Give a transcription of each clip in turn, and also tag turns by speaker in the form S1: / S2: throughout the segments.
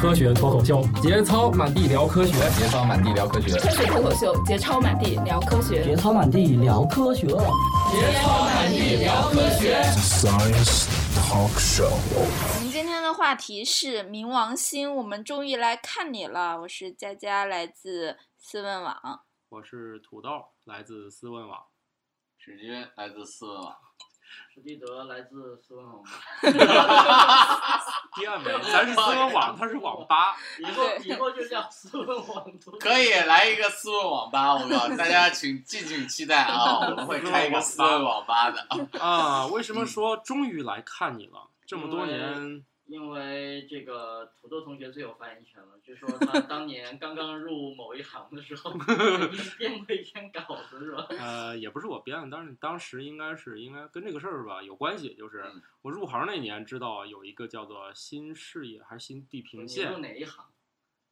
S1: 科学脱口秀，节操满地聊科学，
S2: 节操满地聊科学，
S3: 科学脱口秀，节操满地聊科学，
S4: 节操满地聊科学，
S5: 节操满地聊科学。
S6: Science Talk Show。
S7: 我们今天的话题是冥王星，我们终于来看你了。我是佳佳，来自思问网。
S8: 我是土豆，来自思问 网。
S9: 直接来自斯文网，
S10: 史蒂德来自斯文网。
S8: 第二名，咱是斯文网，他是网吧，
S10: 以后以后就叫斯文网。
S9: 可以来一个斯文网吧，我告诉大家，请敬请期待 啊！我们会开一个斯文网吧 的。
S8: 啊，为什么说终于来看你了？这么多年。
S10: 因为这个土豆同学最有发言权了，据说他当年刚刚入某一行的 时候，编过一篇稿子是吧？
S8: 呃，也不是我编的，但是当时应该是应该跟这个事儿吧有关系，就是
S10: 嗯
S8: 我入行那年知道有一个叫做新视野还是新地平线，
S10: 入哪一行？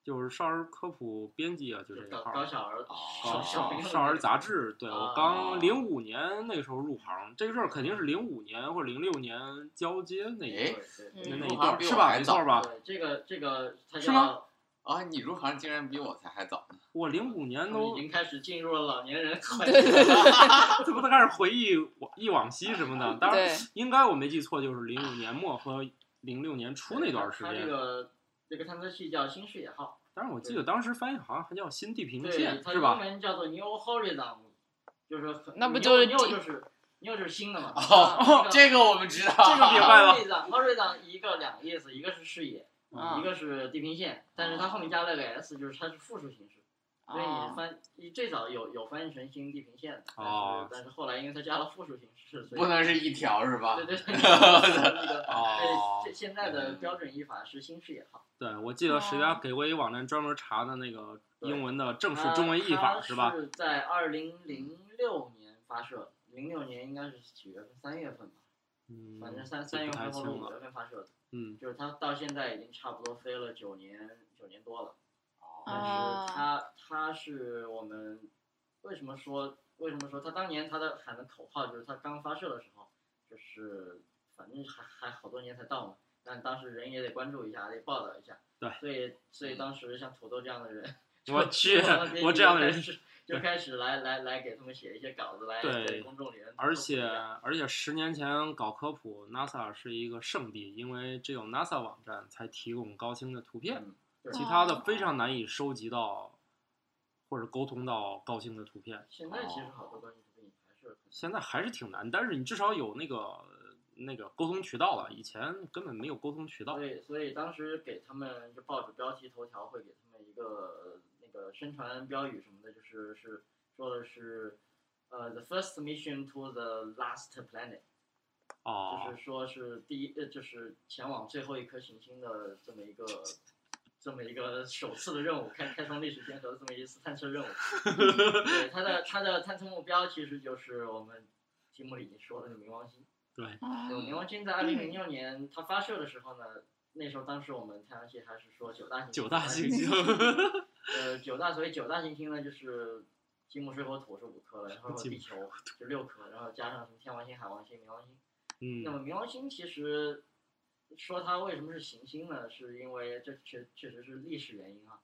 S8: 就是少儿科普编辑啊，就这一行。
S10: 搞小啊儿，
S8: 少少儿杂志。对我刚零五年那时候入行，这个事儿肯定是零五年或者零六年交接那一哎
S7: 嗯
S10: 嗯
S8: 那
S10: 啊
S8: 一段是吧？没错吧？
S10: 这个这个
S8: 是吗？
S9: 啊，你入行竟然比我才还早呢！
S8: 我零五年都
S10: 已经开始进入了老年 人，
S8: 这不都开始回忆忆往昔什么
S10: 嗯
S8: 的？当然，应该我没记错，就是零五年末和零六年初那段时间。
S10: 这个探测器叫新视野号，
S8: 但是我记得当时翻译好像还叫新地平线，
S10: 是
S8: 吧？
S10: 英文叫做 New Horizon，就是
S7: 那不就是
S10: ，New 就是，New 就是新的嘛。啊
S9: 哦，这个我们知道，
S8: 这个明白了。
S10: Horizon 一个两个意思，一个是视野，一个是地平线，但是它后面加了个 s，就是它是复数形式，所以你翻最早有有翻译成新地平线的，但是但是后来因为它加了复数形式，所以
S9: 不能是一条是吧？
S10: 对对对，那个哦，现在的标准译法是新视野号。
S8: 对，我记得谁
S10: 哦
S8: 家给过一网站专门查的那个英文的正式中文译法
S10: 是
S8: 吧？
S10: 是在二零零六年发射，零六年应该是几月份？三月份吧，
S8: 嗯，
S10: 反正三三月份或者五月份发射的，
S8: 嗯，
S10: 就是它到现在已经差不多飞了九年九年多了，但
S7: 哦
S10: 是它它是我们为什么说为什么说它当年它的喊的口号就是它刚发射的时候，就是反正还还好多年才到嘛。但当时人也得关注一下，得报道一下。
S8: 对，
S10: 所以所以当时像土豆这样的人，
S8: 我去，我这样的人
S10: 就开始来来来给他们写一些稿子来给公众里面。
S8: 而且
S10: 啊
S8: 而且十年前搞科普，NASA 是一个圣地，因为只有 NASA 网站才提供高清的图片，
S10: 嗯、
S8: 其他的非常难以收集到或者沟通到高清的图片。
S10: 现在其实好多高清图片还是
S8: 现在还是挺难，但是你至少有那个。那个沟通渠道了，以前根本没有沟通渠道。
S10: 对，所以当时给他们就报纸标题头条会给他们一个那个宣传标语什么的，就是是说的是，呃，the first mission to the last planet，
S8: 哦，
S10: 就是说是第一，呃，就是前往最后一颗行星的这么一个。这么一个首次的任务，开开创历史先河的这么一次探测任务，对它的它的探测目标其实就是我们题目里说的冥王星。
S8: 对，
S7: 哦
S10: 有冥王星在二零零六年它发射的时候呢，那时候当时我们太阳系还是说九大行
S8: 九大行星，
S10: 呃，九大所谓九大行星呢，就是金木水火土是五颗了，然后地球是六颗，然后加上什么天王星、海王星、冥王星。
S8: 嗯，
S10: 那么冥王星其实说它为什么是行星呢？是因为这确确实是历史原因啊。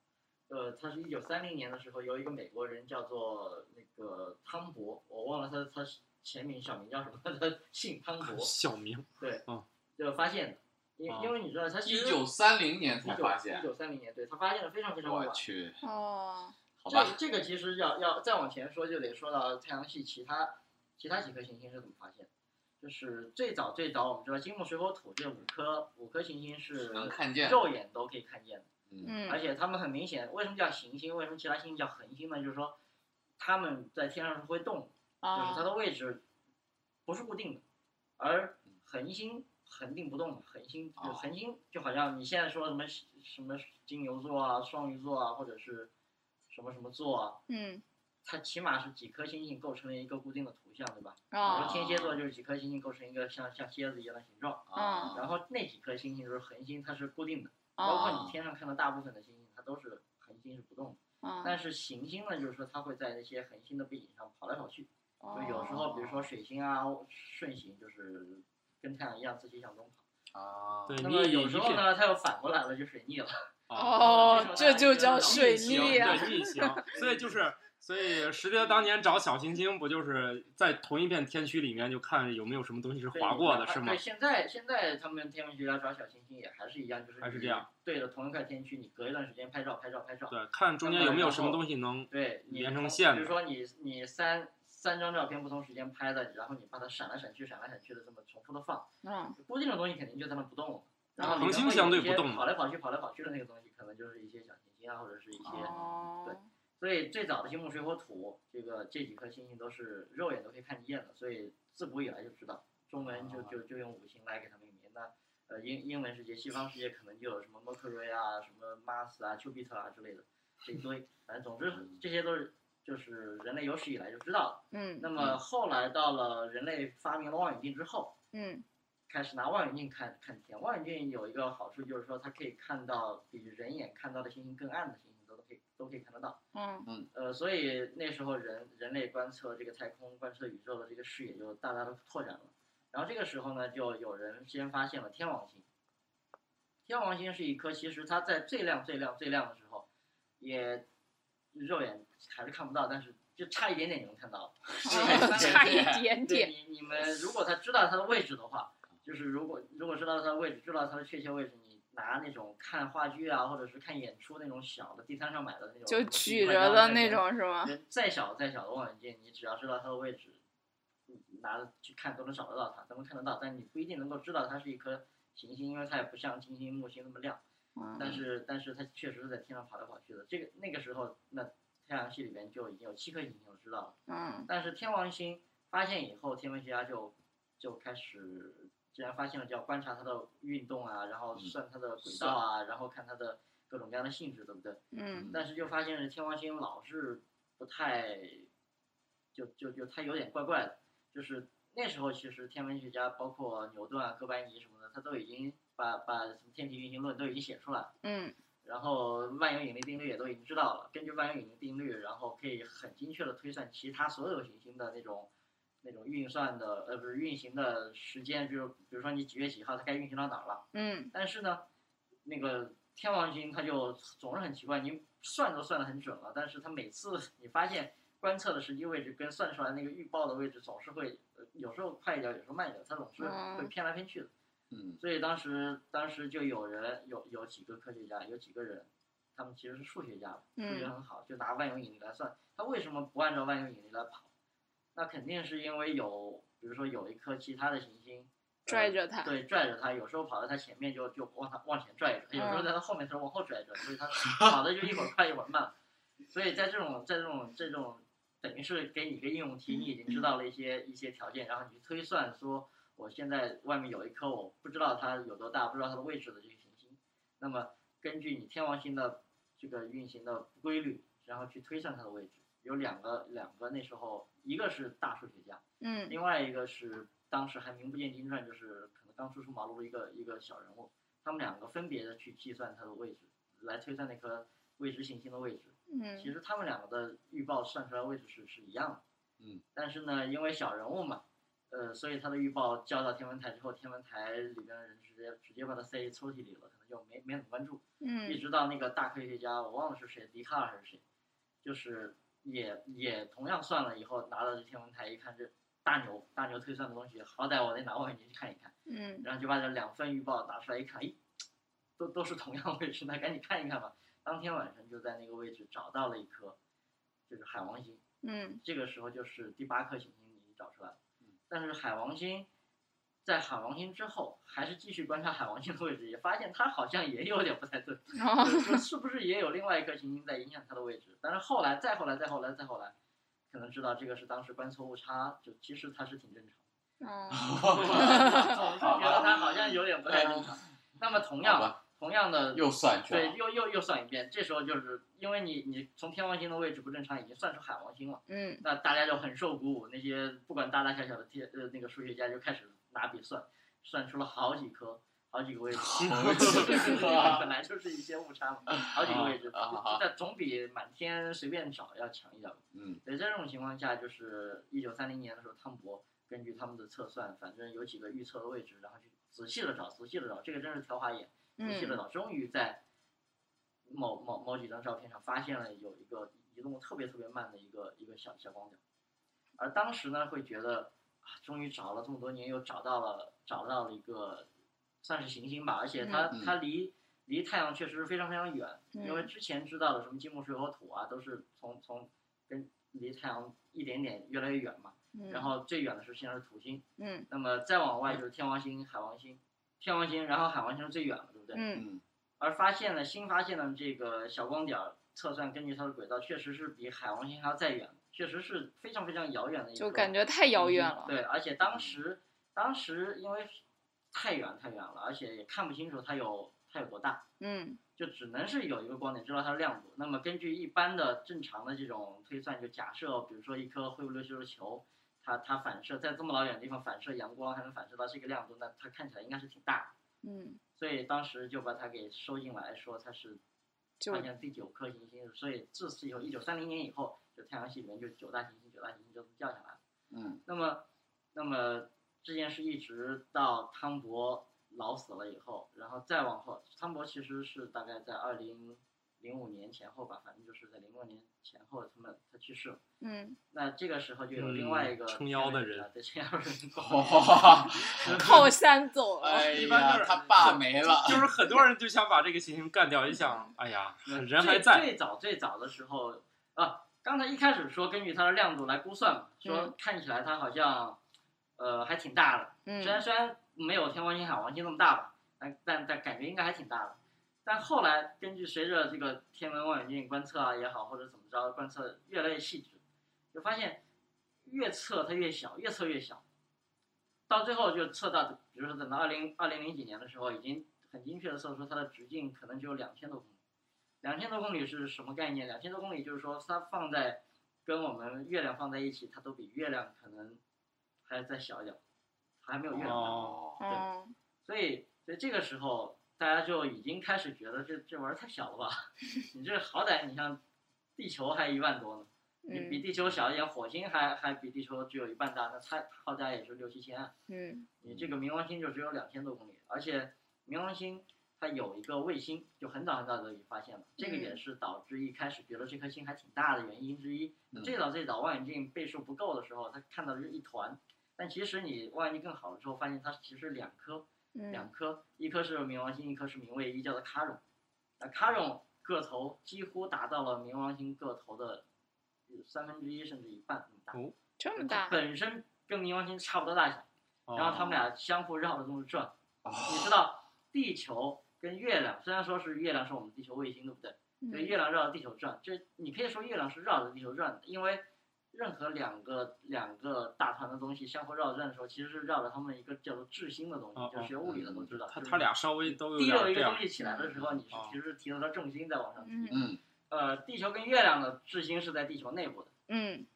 S10: 呃，它是一九三零年的时候，由一个美国人叫做那个汤博，我忘了他他前名小名叫什么？他姓汤博，
S8: 小名
S10: 对，
S8: 嗯，
S10: 就发现的，因因为你知道他
S9: 一九三零年才发现，
S10: 一九三零年，对他发现的非常非常晚。
S9: 我去，
S7: 哦，
S9: 好吧，
S10: 这这个其实要要再往前说，就得说到太阳系其他其他几颗行星是怎么发现的。就是最早最早，我们知道金木水火土这五颗五颗行星是
S9: 能看见，
S10: 肉眼都可以看见的。
S7: 嗯，
S10: 而且它们很明显，为什么叫行星？为什么其他星叫恒星呢？就是说，它们在天上是会动的，
S7: 啊哦
S10: 就是它的位置不是固定的，而恒星恒定不动的，恒星就恒星就好像你现在说什么什么金牛座啊、双鱼座啊，或者是什么什么座啊，
S7: 嗯，
S10: 它起码是几颗星星构成了一个固定的图像，对吧？
S7: 啊，
S10: 天蝎座就是几颗星星构成一个像像蝎子一样的形状，
S9: 哦
S7: 啊，
S9: 嗯
S10: 然后那几颗星星就是恒星，它是固定的。包括你天上看到大部分的星星，它都是恒星是不动的。
S7: 哦
S10: 但是行星呢，就是说它会在那些恒星的背景上跑来跑去。
S7: 哦
S10: 就有时候，比如说水星啊，顺行就是跟太阳一样自己向东跑。
S9: 啊，
S8: 对，
S10: 那么有时候呢，它又反过来了，就水逆了。
S2: 哦，这就叫水
S8: 逆行
S2: 逆啊！
S8: 啊对逆行，所以就是。所以石爹当年找小行星，不就是在同一片天区里面就看有没有什么东西是
S10: 对
S8: 划过的，
S10: 哪怕
S8: 是吗
S10: 对，？现在现在他们天文学家找小行星也还是一样，就是
S8: 还是
S10: 你
S8: 这样。
S10: 对着同一块天区，你隔一段时间拍照，拍照，拍照。
S8: 对，看中间有没有什么东西能
S10: 对，你
S8: 连成
S10: 同
S8: 线
S10: 比如
S8: 的
S10: 说你你三三张照片不同时间拍的，然后你把它闪来闪去、闪来闪去的这么重复的放，
S7: 嗯，
S10: 固定的东西肯定就在那不动了。然后
S8: 恒
S10: 里面
S8: 星
S10: 会有
S8: 相对
S10: 一些
S8: 不动嘛
S10: 跑来跑去、跑来跑去的那个东西，可能就是一些小行星啊，或者是一些。对
S7: 哦，
S10: 所以最早的金木水火土，这个这几颗星星都是肉眼都可以看得见的，所以自古以来就知道，中文就就就用五行来给它命名。那呃英英文世界、西方世界可能就有什么 Mercury 啊、什么 Mars 啊、Jupiter 啊之类的这一堆，反正总之这些都是就是人类有史以来就知道的。
S7: 嗯
S10: 那么后来到了人类发明了望远镜之后，
S7: 嗯
S10: 开始拿望远镜看看天。望远镜有一个好处就是说它可以看到比人眼看到的星星更暗的星星都都可以都可以看得到。
S7: 嗯
S10: 呃，所以那时候人人类观测这个太空、观测宇宙的这个视野就大大的拓展了。然后这个时候呢，就有人先发现了天王星。天王星是一颗，其实它在最亮、最亮、最亮的时候，也肉眼还是看不到，但是就差一点点就能看到了。
S7: 哦差一点
S10: 对
S7: 点，
S10: 你你们如果他知道它的位置的话，就是如果如果知道它的位置，知道它的确切位置，你拿那种看话剧啊，或者是看演出那种小的地摊上买的那种，
S7: 就曲着的那。种是吗？
S10: 人再小再小的望远镜，你只要知道它的位置，你拿着去看都能找得到它，都能看得到，但你不一定能够知道它是一颗行星，因为它也不像金星、木星那么亮。
S7: 嗯
S10: 但是，但是它确实是在天上跑来跑去的。这个那个时候，那太阳系里面就已经有七颗行星，我知道了。
S7: 嗯
S10: 但是天王星发现以后，天文学家就就开始，既然发现了，就要观察它的运动啊，然后算它的轨道啊，然后看它的各种各样的性质，对不对？
S7: 嗯
S10: 但是就发现天王星老是不太，就就就它有点怪怪的，就是那时候其实天文学家包括牛顿啊、哥白尼什么的，他都已经把把什么天体运行论都已经写出来了，
S7: 嗯
S10: 然后万有引力定律也都已经知道了，根据万有引力定律，然后可以很精确的推算其他所有行星的那种。那种运算的，呃，不是运行的时间，就是比如说你几月几号，它该运行到哪儿了，
S7: 嗯
S10: 但是呢，那个天王星它就总是很奇怪，你算都算得很准了，但是它每次你发现观测的实际位置跟算出来那个预报的位置总是会，呃有时候快一点，有时候慢一点，它总是会
S7: 嗯
S10: 偏来偏去的。
S9: 嗯
S10: 所以当时当时就有人有有几个科学家，有几个人，他们其实是数学家，数学
S7: 嗯
S10: 很好，就拿万有引力来算。他为什么不按照万有引力来跑？那肯定是因为有，比如说有一颗其他的行星。呃
S2: 拽着它。
S10: 对，拽着他，有时候跑到他前面就就往他往前拽着，有时候
S7: 嗯
S10: 在他后面的时候往后拽着，所以他跑的就一会儿快一会儿慢。所以在这种在这种这种，等于是给你一个应用题，你已经知道了一些一些条件，然后你去推算说，我现在外面有一颗我不知道它有多大，不知道它的位置的这个行星，那么根据你天王星的这个运行的规律，然后去推算它的位置。有两个两个那时候，一个是大数学家，
S7: 嗯
S10: 另外一个是当时还名不见经传，就是可能刚初出茅庐的一个一个小人物，他们两个分别的去计算它的位置，来推算那颗未知行星的位置。其
S7: 嗯
S10: 实他们两个的预报算出来位置是是一样的，
S9: 嗯，
S10: 但是呢，因为小人物嘛，呃，所以他的预报交到天文台之后，天文台里边的人直接直接把它塞抽屉里了，可能就没没怎么关注。一
S7: 嗯
S10: 直到那个大科学家，我忘了是谁，笛卡尔还是谁，就是也也同样算了以后，拿到这天文台一看，这大牛大牛推算的东西，好歹我得拿望远镜去看一看，
S7: 嗯
S10: 然后就把这两份预报拿出来一看，咦，都都是同样位置，那赶紧看一看吧。当天晚上就在那个位置找到了一颗，就是海王星。
S7: 嗯
S10: 这个时候就是第八颗行星你找出来了。
S9: 嗯
S10: 但是海王星，在海王星之后，还是继续观察海王星的位置，也发现它好像也有点不太对，就是说是不是也有另外一颗行星在影响它的位置？但是后来，再后来，再后来，再后来，可能知道这个是当时观测误差，就其实它是挺正常的。 啊
S7: 哦
S10: 总是觉得它好像有点不太正常。那么同
S9: 好
S10: 样
S9: 吧，
S10: 同样的
S9: 又算去
S10: 对，
S9: 了。
S10: 又又又算一遍。这时候就是因为你你从天王星的位置不正常，已经算出海王星了，
S7: 嗯
S10: 那大家就很受鼓舞。那些不管大大小小的天呃那个数学家就开始拿笔算，算出了好几颗。好几个位置， 本来就是一些误差嘛，好几个位置，
S9: 啊啊啊
S10: 但总比满天随便找要强一点吧。
S9: 嗯
S10: 在这种情况下，就是一九三零年的时候，汤博根据他们的测算，反正有几个预测的位置，然后去仔细的找，仔细的找，这个真是挑花眼，仔细
S7: 嗯
S10: 的找，终于在某几张照片上发现了有一个移动特别特别慢的一个一个小小光点，而当时呢会觉得啊，终于找了这么多年，又找到了找到了一个算是行星吧，而且它、
S9: 嗯
S10: 它离离太阳确实非常非常远，因为
S7: 嗯
S10: 之前知道的什么金木水火土啊，都是从从跟离太阳一点点越来越远嘛，
S7: 嗯，
S10: 然后最远的是现在是土星，
S7: 嗯
S10: 那么再往外就是天王星、海王星，天王星，然后海王星是最远了，对不对？
S7: 嗯
S9: 嗯，
S10: 而发现了新发现的这个小光点儿测算，根据它的轨道，确实是比海王星还要再远，确实是非常非常遥远的一个。
S7: 就感觉太遥远
S10: 嗯
S7: 了。
S10: 对，而且当时当时因为太远太远了，而且也看不清楚它有它有多大，
S7: 嗯
S10: 就只能是有一个光点知道它的亮度。那么根据一般的正常的这种推算，就假设比如说一颗灰不溜秋的球，它它反射在这么老远的地方反射阳光，还能反射到这个亮度，那它看起来应该是挺大的。
S7: 嗯，
S10: 所以当时就把它给收进来，说它是
S7: 就
S10: 发现第九颗行星，所以自此以后，一九三零年以后，就太阳系里面就九大行星，九大行星就掉下来了。
S9: 嗯，
S10: 那么，那么这件事一直到汤博老死了以后，然后再往后，汤博其实是大概在二零零五年前后吧，反正就是在零六年前后，他们他去世了。
S7: 嗯，
S10: 那这个时候就有另外一个
S8: 嗯撑腰的
S10: 啊
S8: 人
S10: 对撑腰的人，
S9: 哦，
S10: 嗯
S7: 靠山走了。
S9: 哎
S8: 一般就 是
S9: 呀，他爸没了，
S8: 就是很多人就想把这个行星干掉，一想，哎呀，
S10: 那
S8: 人还
S10: 呃最
S8: 在，
S10: 最早最早的时候啊，刚才一开始说根据它的亮度来估算嘛，说
S7: 嗯
S10: 看起来它好像呃还挺大的，虽然
S7: 嗯
S10: 虽然没有天王星、海王星那么大吧，但但但感觉应该还挺大的。但后来根据随着这个天文望远镜观测啊也好，或者怎么着观测越来越细致，就发现越测它越小，越测越小，到最后就测到，比如说等到二零二零零几年的时候，已经很精确的测出它的直径可能只有两千多公里。两千多公里是什么概念？两千多公里就是说它放在跟我们月亮放在一起，它都比月亮可能还要再小一点，还没有月亮大。
S8: 哦，
S7: 嗯，
S10: 所以，所以这个时候大家就已经开始觉得这这玩意儿太小了吧？你这好歹你像地球还一万多呢，你比
S7: 嗯
S10: 地球小一点，火星还还比地球只有一半大，那它好歹也是六七千啊。
S7: 嗯
S10: 你这个冥王星就只有两千多公里，而且冥王星它有一个卫星，就很早很早就已发现了，这个也是导致一开始觉得这颗星还挺大的原因之一。
S9: 嗯
S10: 最早最早望远镜倍数不够的时候，它看到的是一团，但其实你望远镜更好了之后，发现它其实两颗，
S7: 嗯
S10: 两颗，一颗是冥王星，一颗是冥卫一，叫做卡戎。那卡戎个头几乎达到了冥王星个头的呃三分之一甚至一半那么大，
S8: 哦
S7: 这么
S10: 它
S7: 大，
S10: 本身跟冥王星差不多大小。然后他们
S8: 哦
S10: 俩相互绕着这么转。你知道，地球跟月亮虽然说是月亮是我们地球卫星，对不对？所以
S7: 嗯
S10: 月亮绕着地球转，这你可以说月亮是绕着地球转的，因为任何两个两个大团的东西相互绕着转的时候，其实是绕着他们一个叫做质心的东
S8: 哦嗯
S10: 西，就是学物理的都知道。
S8: 他
S10: 就是
S8: 他俩稍微都有
S10: 提溜
S8: 点
S10: 一
S8: 这
S10: 个
S8: 样
S10: 东，西起来的时候，你是
S8: 哦
S10: 其实是提到它重心在往上提。
S7: 嗯
S9: 嗯，
S10: 呃，地球跟月亮的质心是在地球内部的。
S7: 嗯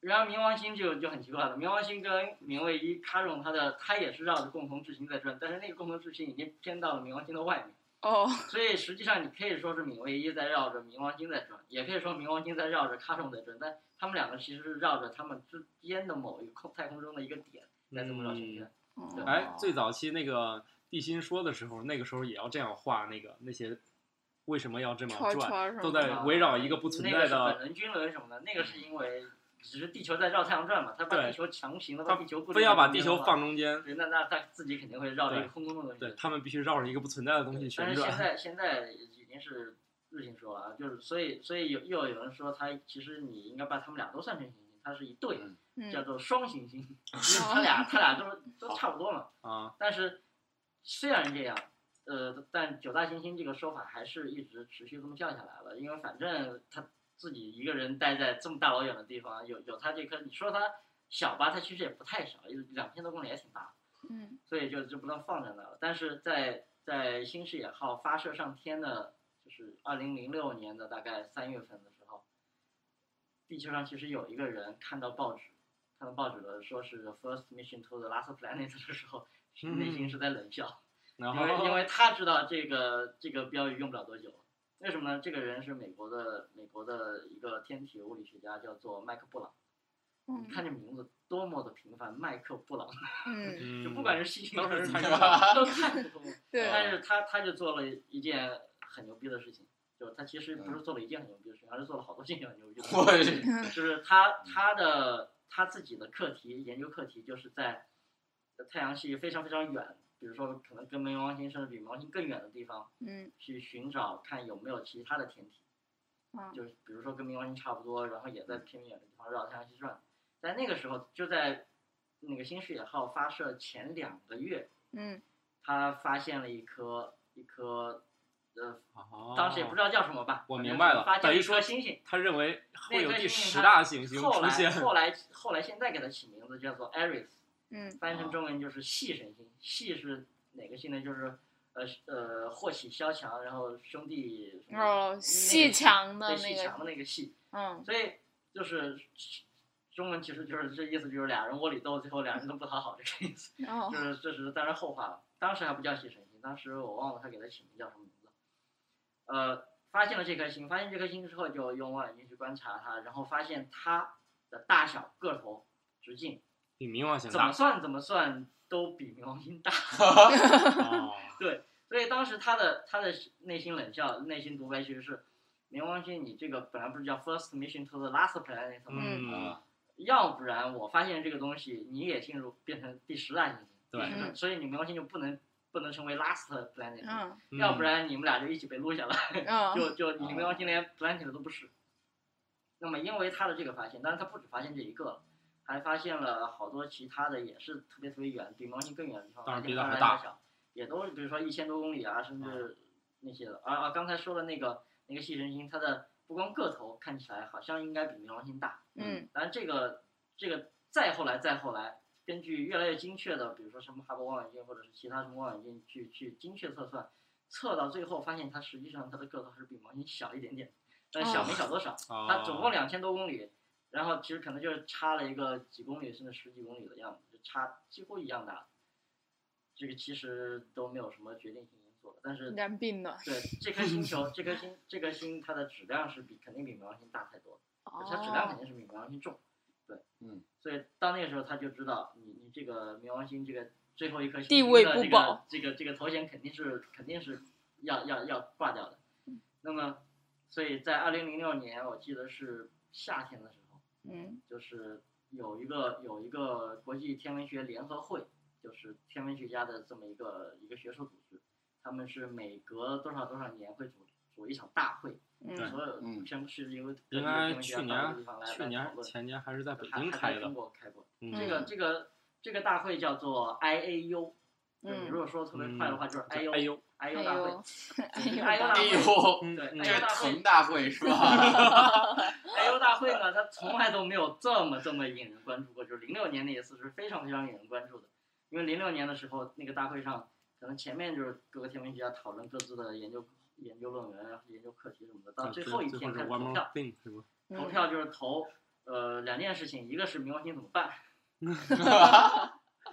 S10: 然后冥王星就就很奇怪了，冥王星跟冥卫一卡戎它的它也是绕着共同质心在转，但是那个共同质心已经偏到了冥王星的外面，
S7: 哦
S10: 所以实际上你可以说是冥卫一在绕着冥王星在转，也可以说冥王星在绕着卡戎在转，但他们两个其实是绕着他们之间的某一个空太空中的一个点在这么绕圈圈。
S7: 哦
S8: 哎，最早期那个地心说的时候，那个时候也要这样画那个那些为什么要这么
S7: 圈
S8: 转，
S7: 圈什
S8: 都
S7: 么
S8: 在
S10: 啊
S8: 围绕一个不存在
S10: 那个是
S8: 的，
S10: 本能均轮什么的，那个是因为只是地球在绕太阳转嘛，它把
S8: 对
S10: 地球强行的
S8: 它
S10: 把地球固定
S8: 非要把
S10: 在
S8: 地
S10: 中间
S8: 球
S10: 嘛
S8: 放中间，
S10: 对，那那它自己肯定会绕着一个
S8: 对
S10: 空空的东
S8: 对
S10: 西。
S8: 他们必须绕着一个不存在的东西
S10: 但
S8: 旋
S10: 是现
S8: 转。
S10: 在现在已经是日行说了啊，就是所以所以有又有人说他其实你应该把他们俩都算成行星，它是一对，
S9: 嗯
S10: 叫
S7: 嗯
S10: 做双行 星，因为他俩他俩都都差不多嘛。
S8: 啊，
S10: 但是虽然这样，呃，但九大行星这个说法还是一直持续这么降下来了，因为反正他自己一个人待在这么大老远的地方，有有他这颗，你说他小吧，他其实也不太小，两千多公里也挺大的。
S7: 嗯
S10: 所以就就不能放在那了。但是在在新视野号发射上天的，就是二零零六年的大概三月份的时候，地球上其实有一个人看到报纸，看到报纸的说是 the first mission to the last planet 的时候，
S8: 嗯
S10: 内心是在冷笑，
S8: 然
S10: 因为因
S8: 后
S10: 为他知道这个这个标语用不了多久。为什么呢？这个人是美国的美国的一个天体物理学家，叫做麦克布朗。你
S7: 嗯
S10: 看这名字多么的平凡，麦克布朗，
S7: 嗯，
S8: 嗯
S10: 就不管是西星
S8: 都
S10: 还
S8: 是
S10: 是
S8: 参与
S10: 都看不通。
S7: 对，
S10: 但是他他就做了一件很牛逼的事情，就他其实不
S8: 嗯
S10: 是做了一件很牛逼的事情，而是做了好多件很牛逼的事情。
S9: 我去，
S10: 就是
S8: 嗯
S10: 他他的他自己的课题研究课题就是在太阳系非常非常远，比如说可能跟冥王星甚至比冥王星更远的地方
S7: 嗯
S10: 去寻找看有没有其他的天体，
S7: 嗯
S10: 就是比如说跟冥王星差不多，然后也在
S8: 嗯
S10: 偏远的地方绕太阳系转。在那个时候，就在那个新视野号发射前两个月，
S7: 嗯
S10: 他发现了一颗一颗呃，
S8: 哦
S10: 当时也不知道叫什么吧，
S8: 我
S10: 反正
S8: 明白
S10: 是
S8: 了
S10: 发现
S8: 等
S10: 了
S8: 于
S10: 一
S8: 说
S10: 颗星星。
S8: 他认为会有
S10: 那颗
S8: 第
S10: 星星
S8: 十
S10: 它
S8: 大行星
S10: 后
S8: 出
S10: 来
S8: 现，
S10: 后来后来现在给它起名字叫做 Aries，
S7: 嗯
S10: 翻译
S8: 哦
S10: 成中文就是系神星。系是哪个系呢？就是呃呃霍启萧强，然后兄弟什么那
S7: 哦，
S10: 个
S7: 细强的
S10: 对
S7: 那
S10: 细
S7: 个
S10: 强，的那个系，
S7: 嗯
S10: 所以就是中文其实就是这意思，就是俩人窝里斗，最后俩人都不讨好这个意思。
S7: 哦
S10: 就是这只是当然后话了，当时还不叫系神星，当时我忘了他给他起名叫什么名字。呃，发现了这颗星，发现这颗星之后，就用望远镜去观察它，然后发现它的大小、个头、直径，
S8: 比冥王星
S10: 怎么
S8: 大。
S10: 算怎么算都比冥王星大。
S8: 哦
S10: 所以当时他的他的内心冷笑、内心独白其实是：冥王星，你这个本来不是叫 first mission to the last planet 吗？
S8: 嗯，
S10: 要不然我发现这个东西，你也进入变成第十大行星，
S8: 对
S10: 就是所以你冥王星就不能不能成为 last planet，、
S7: 嗯
S10: 要不然你们俩就一起被撸下来，
S7: 嗯
S10: 就就你
S8: 哦
S10: 冥王星连 planet 都不是。那么因为他的这个发现，当然他不止发现这一个，还发现了好多其他的也是特别特别远，比冥王星更远的地方，
S8: 当然
S10: 而且
S8: 比它还
S10: 当然
S8: 大嗯
S10: 大小也都是比如说一千多公里啊，甚至那些的。而而刚才说的那个那个细神星，它的不光个头看起来好像应该比冥王星大，
S7: 嗯
S10: 当然这个这个再后来再后来，根据越来越精确的，比如说什么哈勃望远镜或者是其他什么望远镜去去精确测算，测到最后发现它实际上它的个头还是比毛星小一点点，但小
S2: 哦
S10: 没小多 少，它总共两千多公里，然后其实可能就是差了一个几公里甚至十几公里的样子，就差几乎一样大。这个其实都没有什么决定性因素了，但是
S2: 染病了，
S10: 对这颗星球，这颗星这颗星它的质量是比肯定比冥王星大太多了。它质量肯
S7: 哦
S10: 定是比冥王星重，对，
S9: 嗯，
S10: 所以到那个时候他就知道你你这个冥王星这个最后一颗行
S2: 地
S10: 星
S2: 位
S10: 的
S2: 不
S10: 这个
S2: 保，
S10: 这个这个头衔肯定是肯定是要要要挂掉的。
S2: 嗯
S10: 那么，所以在二零零六年，我记得是夏天的时候，
S7: 嗯
S10: 就是有一个有一个国际天文学联合会，就是天文学家的这么一个一个学术组织，他们是每隔多少多少年会组组一场大会，
S7: 嗯
S10: 所有
S9: 嗯
S10: 全部世界各地
S8: 应
S10: 的
S8: 该
S10: 天文学
S8: 去
S10: 家到一个
S8: 年啊
S10: 地方来
S8: 去
S10: 来
S8: 年
S10: 讨论
S8: 前年还是在北
S10: 还
S8: 京
S10: 还
S8: 开
S10: 在中
S8: 的。
S10: 国开过。
S8: 嗯
S10: 这个这个这个大会叫做 IAU，就是你
S7: 嗯
S10: 如果说特别快的话，就是
S8: 哎
S10: IU
S8: 呦，
S10: IU 大会
S7: 呦， 哎呦
S10: 哎呦
S9: 哎呦，
S8: 嗯
S10: 对
S8: 嗯
S9: 这
S10: 哎
S9: 个
S10: 呦
S9: 腾大会是 吧？
S10: IU 大会呢，它从来都没有这么这么引人关注过，就是零六年那一次是非常非常引人关注的，因为零六年的时候那个大会上，可能前面就是各个天文学家讨论各自的研究研究论文、啊、研究课题什么的，
S8: 嗯
S10: 到最后一天开
S8: 是
S10: 始
S8: one
S10: 投票
S8: more，thing 是吗？
S7: 嗯
S10: 投票就是投呃两件事情，一个是冥王星怎么 办，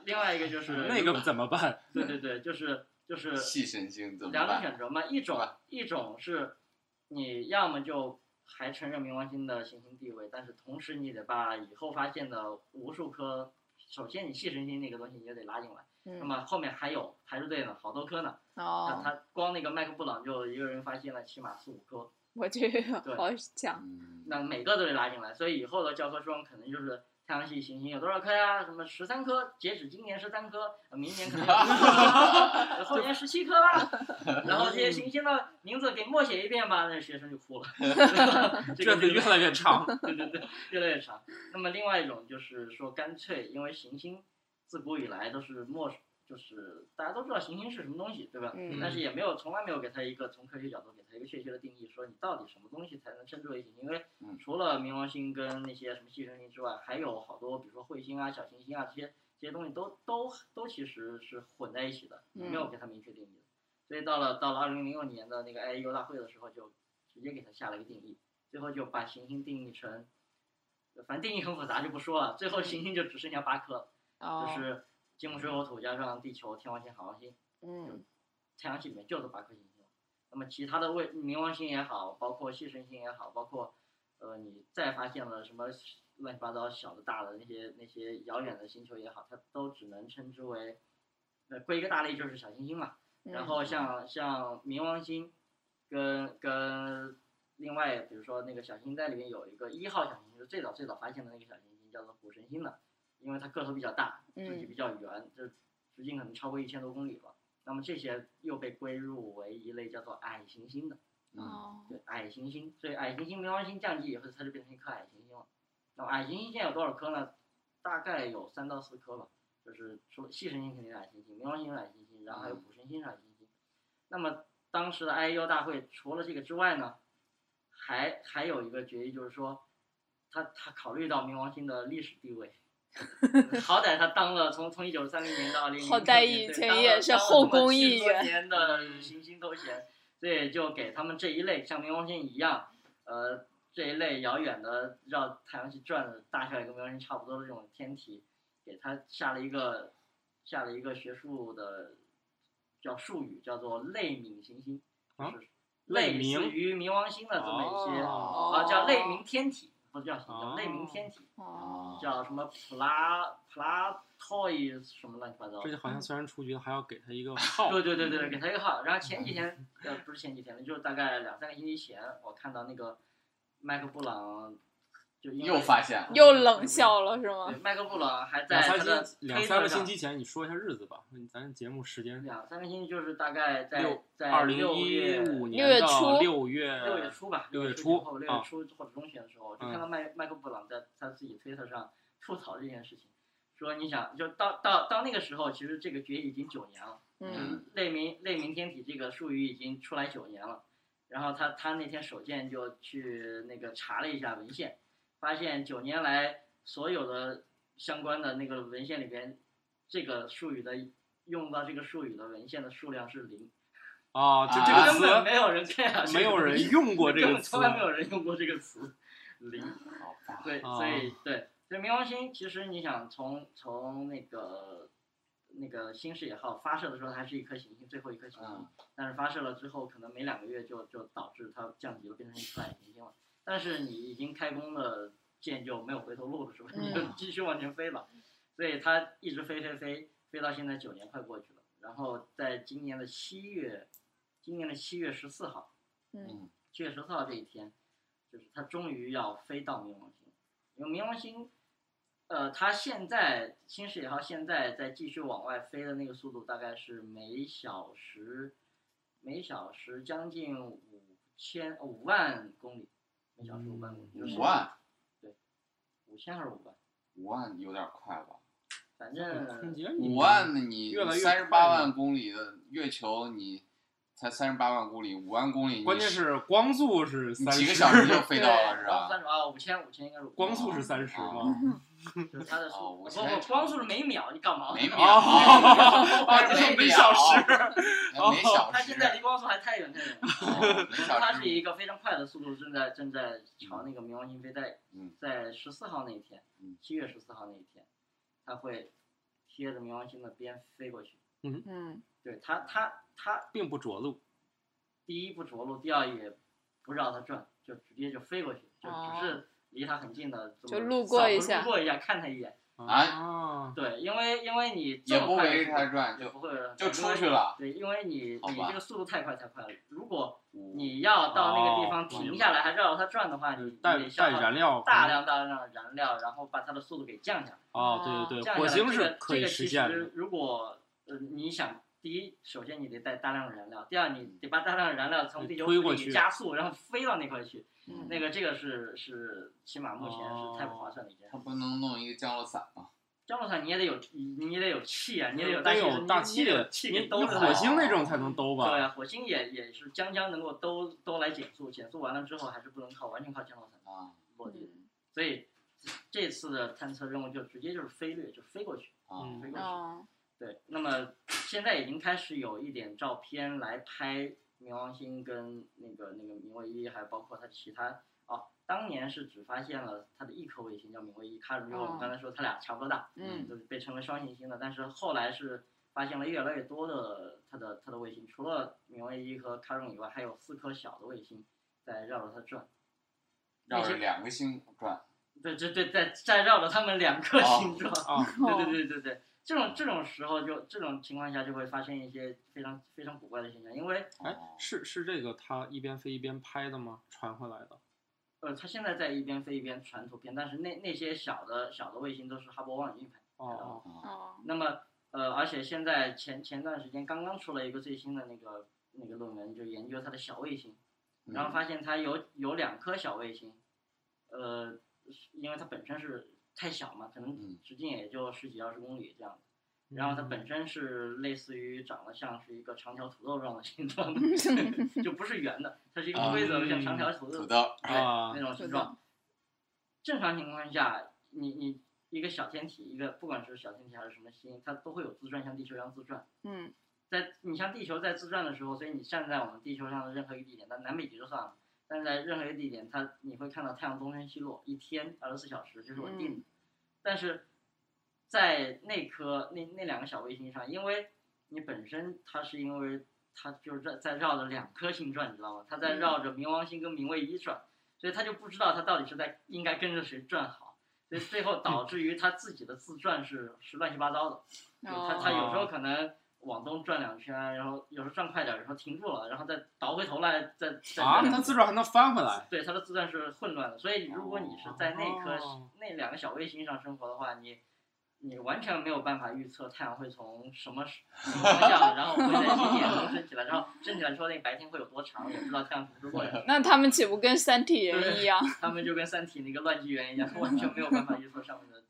S10: 另外一个就是
S8: 那个怎么办？
S10: 对对对，就是就是
S9: 细神经怎么
S10: 两种
S9: 办？
S10: 选择嘛，一种
S9: 吧
S10: 一种是你要么就还承认冥王星的行星地位，但是同时你得把以后发现的无数颗，首先你细神星那个东西你也得拉进来，那
S7: 嗯
S10: 么后面还有排着队呢，好多颗呢，他
S7: 哦，
S10: 他光那个麦克布朗就一个人发现了起码四五颗，
S7: 我这个好强，
S9: 嗯，
S10: 那每个都得拉进来，所以以后的教科书上可能就是太阳系行星有多少颗呀？什么十三颗，截止今年十三颗，呃明年可能要呃后年十七颗啦。然后这些行星的名字给默写一遍吧，那学生就 哭了。
S8: 这
S10: 这个
S8: 次越来 越长。
S10: 对对对，越来越长。那么另外一种就是说，干脆因为行星自古以来都是默，就是大家都知道行星是什么东西，对吧？
S7: 嗯
S10: 但是也没有从来没有给它一个从科学角度给它一个确切的定义，说你到底什么东西才能称之为行星？因为
S9: 嗯
S10: 除了冥王星跟那些什么细神星之外，还有好多比如说彗星啊、小行星啊这些这些东西都都都其实是混在一起的，
S7: 嗯
S10: 没有给它明确定义的。所以到了到了二零零六年的那个 IAU 大会的时候，就直接给它下了一个定义，最后就把行星定义成，反正定义很复杂就不说了，最后行星就只剩下八颗了，就
S7: 哦，
S10: 是金木水火土加上地球、天王星、海王星，
S7: 嗯
S10: 太阳系里面就这八颗行星。那么其他的卫冥王星也好，包括细神星也好，包括呃你再发现了什么乱七八糟小的大的那些那些遥远的星球也好，它都只能称之为，呃归一个大类就是小行星嘛。
S7: 嗯，
S10: 然后像像冥王星跟跟外，比如说那个小行星带里面有一个一号小行星，是最早最早发现的那个小行星，叫做虎神星的，因为它个头比较大，自己比较圆，这直径可能超过一千多公里了。那么这些又被归入为一类叫做矮行星的，
S7: 哦，
S10: 对，矮行星。所以矮行星冥王星降级以后，它就变成一颗矮行星了。那么矮行星现在有多少颗呢？大概有三到四颗吧。就是说细神星肯定是矮行星，冥王星是矮行星，然后还有
S9: 嗯
S10: 补神星是矮行星。那么当时的 IAU 大会除了这个之外呢，还还有一个决议就是说，他他考虑到冥王星的历史地位。 好歹他当了从从一九三零年到二零零，
S7: 好歹以前也是后宫议员
S10: 年的
S8: 嗯
S10: 行星头衔，所以就给他们这一类像冥王星一样，呃，这一类遥远的绕太阳系转的大小也跟冥王星差不多的这种天体，给它下了一个下了一个学术的叫术语，叫做类冥行星，
S8: 啊
S10: 就是
S8: 类
S10: 类
S8: 冥
S10: 似于冥王星的这么一些、
S8: 哦
S10: 啊，叫类冥天体，不是叫行星叫类
S8: 哦
S10: 冥天体。
S9: 嗯
S7: 哦，
S9: 啊
S10: 叫什么普拉普拉托伊什么乱七八糟
S8: 这
S10: 的。
S8: 就好嗯像虽然出局了，还要给他一个号。
S10: 对对对对，给他一个号。然后
S8: 嗯
S10: 前几天，呃，不是前几天了，就是大概两三个星期前，我看到那个麦克布朗，就因为
S9: 又发现了，
S7: 又冷笑了是吗
S10: 对，？麦克布朗还在
S8: 两
S10: 他
S8: 三
S10: 的
S8: 星两三个星
S10: 期，
S8: 期前，你说一下日子吧，咱节目时间
S10: 两三个星期就是大概在
S8: 六
S10: 在
S8: 二零
S10: 六
S8: 一
S10: 月
S8: 五
S7: 六
S8: 年
S7: 月
S8: 到
S7: 初
S8: 六月
S10: 六月初吧，
S8: 六月
S10: 月
S8: 初
S10: 以后六
S8: 啊嗯
S10: 月初或者中旬的时候，我就看到麦麦克布朗在他自己推特上吐槽这件事情，说你想就到到到那个时候，其实这个决议已经九年了，
S7: 嗯，
S10: 类冥类冥天体这个术语已经出来九年了。然后他他那天手贱就去那个查了一下文献，发现九年来所有的相关的那个文献里边，这个术语的用到这个术语的文献的数量是零，
S8: 啊，就这
S9: 啊
S8: 个
S10: 根本
S8: 词
S10: 没有人 care，这个
S8: 没有
S10: 东西
S8: 人用过这
S10: 根
S8: 个
S10: 本
S8: 词
S10: 从，来没有人用过这个词“零
S9: 好”，吧
S10: 对，
S8: 啊
S10: 所以对，所以冥王星其实你想从从那个那个新视野号发射的时候，它是一颗行星，最后一颗行星，
S9: 嗯
S10: 但是发射了之后，可能没两个月就就导致它降级了，变成一颗矮行星了。但是你已经开工的箭就没有回头路了，是吧？你就
S7: 嗯
S10: 继续往前飞吧。所以它一直飞飞飞飞到现在九年快过去了，然后在今年的七月，今年的七月十四号。
S9: 嗯
S10: 七月十四号这一天，就是它终于要飞到冥王星，因为冥王星，呃，它现在新视野号现在在继续往外飞的那个速度大概是每小时，每小时将近五千呃五万公里，每小时五万公里，就是
S9: 嗯五万
S10: 五千还是五万，
S9: 五万有点快吧？
S10: 反
S8: 春
S10: 正
S8: 节你
S9: 五万你
S8: 越来越
S9: 三十
S8: 快
S9: 八
S8: 了
S9: 万公里的月球你才三十八万公里，五万公里你
S8: 关键是光速是
S9: 你
S8: 三
S9: 几个
S8: 十，
S9: 小时就飞到了是
S10: 光
S9: 吧
S10: 三？十啊，五千五千应该是
S8: 光速是三十
S9: 哦
S8: 吗？
S10: 就是它的速
S9: 哦
S10: 度，不
S9: 5000还
S10: 不，
S9: 是
S10: 光速是每秒，你干嘛？哦
S9: 每秒
S8: 哦
S9: 哦
S8: 啊，
S9: 每
S8: 你
S9: 秒
S8: 说每小时，哦
S9: 哎每小时，
S10: 它现在离光速还太远太远了。
S9: 哦每
S10: 它
S9: 小
S10: 是一
S9: 时
S10: 个非常快的速度，正在正在朝那个冥王星飞，在
S9: 嗯
S10: 在十四号那一天
S9: 嗯，
S10: 七月十四号那一天，它会贴着冥王星的边飞过去。
S7: 嗯，
S10: 对它，它它
S8: 并不着陆，
S10: 第一不着陆，第二也不绕它转，就直接就飞过去，就只是离它很近的
S7: 哦
S10: 这么
S7: 就路过一下
S10: 扫过路过一下，看它一眼。
S8: 啊，
S10: 对，因为因为你这
S9: 也
S10: 么
S9: 不
S10: 快的
S9: 围着
S10: 速
S9: 它
S10: 度
S9: 转，
S10: 也
S9: 就
S10: 不会围着它
S9: 就
S10: 转因
S9: 出
S10: 为
S9: 去了。
S10: 对，因为你
S9: 好
S10: 你
S9: 吧
S10: 这个速度太快太快了，如果
S9: 你
S10: 你要到那个地
S8: 哦
S10: 方停下来还绕着它转的话，你嗯你
S8: 带
S10: 得
S8: 哦
S10: 消
S8: 带
S10: 耗
S8: 燃料
S10: 大量大量的燃料，然后把它的速度给降下来。
S8: 啊，对对对，
S10: 降下
S8: 火
S10: 来
S8: 星
S10: 这个
S8: 是可以实现
S10: 这个
S8: 的
S10: 其实如果呃你想，第一，首先你得带大量的燃料；第二，你得把大量的燃料从地球
S8: 推过
S10: 附近
S8: 去
S10: 加速，然后飞到那块去。
S9: 嗯
S10: 那个这个是是起码目前是太不划算的一件事
S9: 它。不能弄一个降落伞吗？
S10: 降落伞你也得有你你得有气啊，你得
S8: 得
S10: 有
S8: 哦得
S10: 气
S8: 有大
S10: 气，你得有气
S8: 你
S10: 给
S8: 你
S10: 兜着
S8: 火
S10: 它。
S8: 星那种才能兜
S10: 对
S8: 吧？
S10: 啊，火星也也是将将能够兜兜来减速，减速完了之后还是不能靠完全靠降落伞
S9: 啊
S10: 落地的，所以这次的探测任务就直接就是飞掠，就飞过去，
S9: 啊
S8: 嗯
S10: 飞过去。
S7: 哦，
S10: 对，那么现在已经开始有一点照片来拍冥王星跟那个那个冥卫一，还包括它其他哦，当年是只发现了它的一颗卫星叫冥卫一，它如果我们
S7: 哦
S10: 刚才说它俩差不多大，
S7: 嗯，
S10: 就是被称为双行星的，但是后来是发现了越来越多的它的它的卫星，除了冥卫一和卡戎以外，还有四颗小的卫星在绕着它转。
S9: 绕着两个星转，
S10: 对对对，在在绕着它们两颗
S9: 哦
S10: 星转，
S8: 啊，
S10: 对对对对对，这种这种时候就这种情况下就会发生一些非常非常古怪的现象，因为
S8: 哎，是是这个他一边飞一边拍的吗？传回来的？
S10: 呃，它现在在一边飞一边传图片，但是那那些小的小的卫星都是哈勃望远镜拍拍
S9: 啊
S10: 的嘛。
S8: 哦，
S7: 哦，
S10: 那么呃，而且现在前前段时间刚刚出了一个最新的那个那个论文，就研究它的小卫星，然后发
S9: 嗯
S10: 现它有有两颗小卫星，呃，因为它本身是太小嘛，可
S9: 嗯
S10: 能直径也就十几二十公里这样子，然后它本身是类似于长得像是一个长条土豆状的形状的，就不是圆的，它是一个规则的像长条土豆
S9: 啊土豆，
S10: 哎
S8: 啊
S10: 那种
S7: 是
S10: 形
S7: 的
S10: 状。正常情况下，你你一个小天体，一个不管是小天体还是什么星，它都会有自转，像地球一样自转。
S7: 嗯
S10: 在你像地球在自转的时候，所以你站在我们地球上的任何一个地点，但南北极就算了，但在任何一个地点，它你会看到太阳东升西落，一天二十四小时就是稳定的。但是在那颗那那两个小卫星上，因为你本身它是因为它就是在在绕着两颗星转，你知道吗？它在绕着冥王星跟冥卫一转，所以它就不知道它到底是在应该跟着谁转好，所以最后导致于它自己的自转是是乱七八糟的。就它
S7: 哦
S10: 它有时候可能往东转两圈，然后有时候转快点儿，有时候停住了，然后再倒回头来，再再
S8: 啊，
S10: 再
S8: 他自转还能翻回来？
S10: 对，它的自转是混乱的，所以如果你是在那颗、
S8: 哦
S10: 那两个小卫星上生活的话，你你完全没有办法预测太阳会从什么时什么方向，然后会在几点钟升起来，然后升起来之后那个白天会有多长，也不知道太阳什么时候 过来。
S7: 那他们岂不跟三体人一样？
S10: 他们就跟《三体》那个乱纪元一样，完全没有办法预测上面的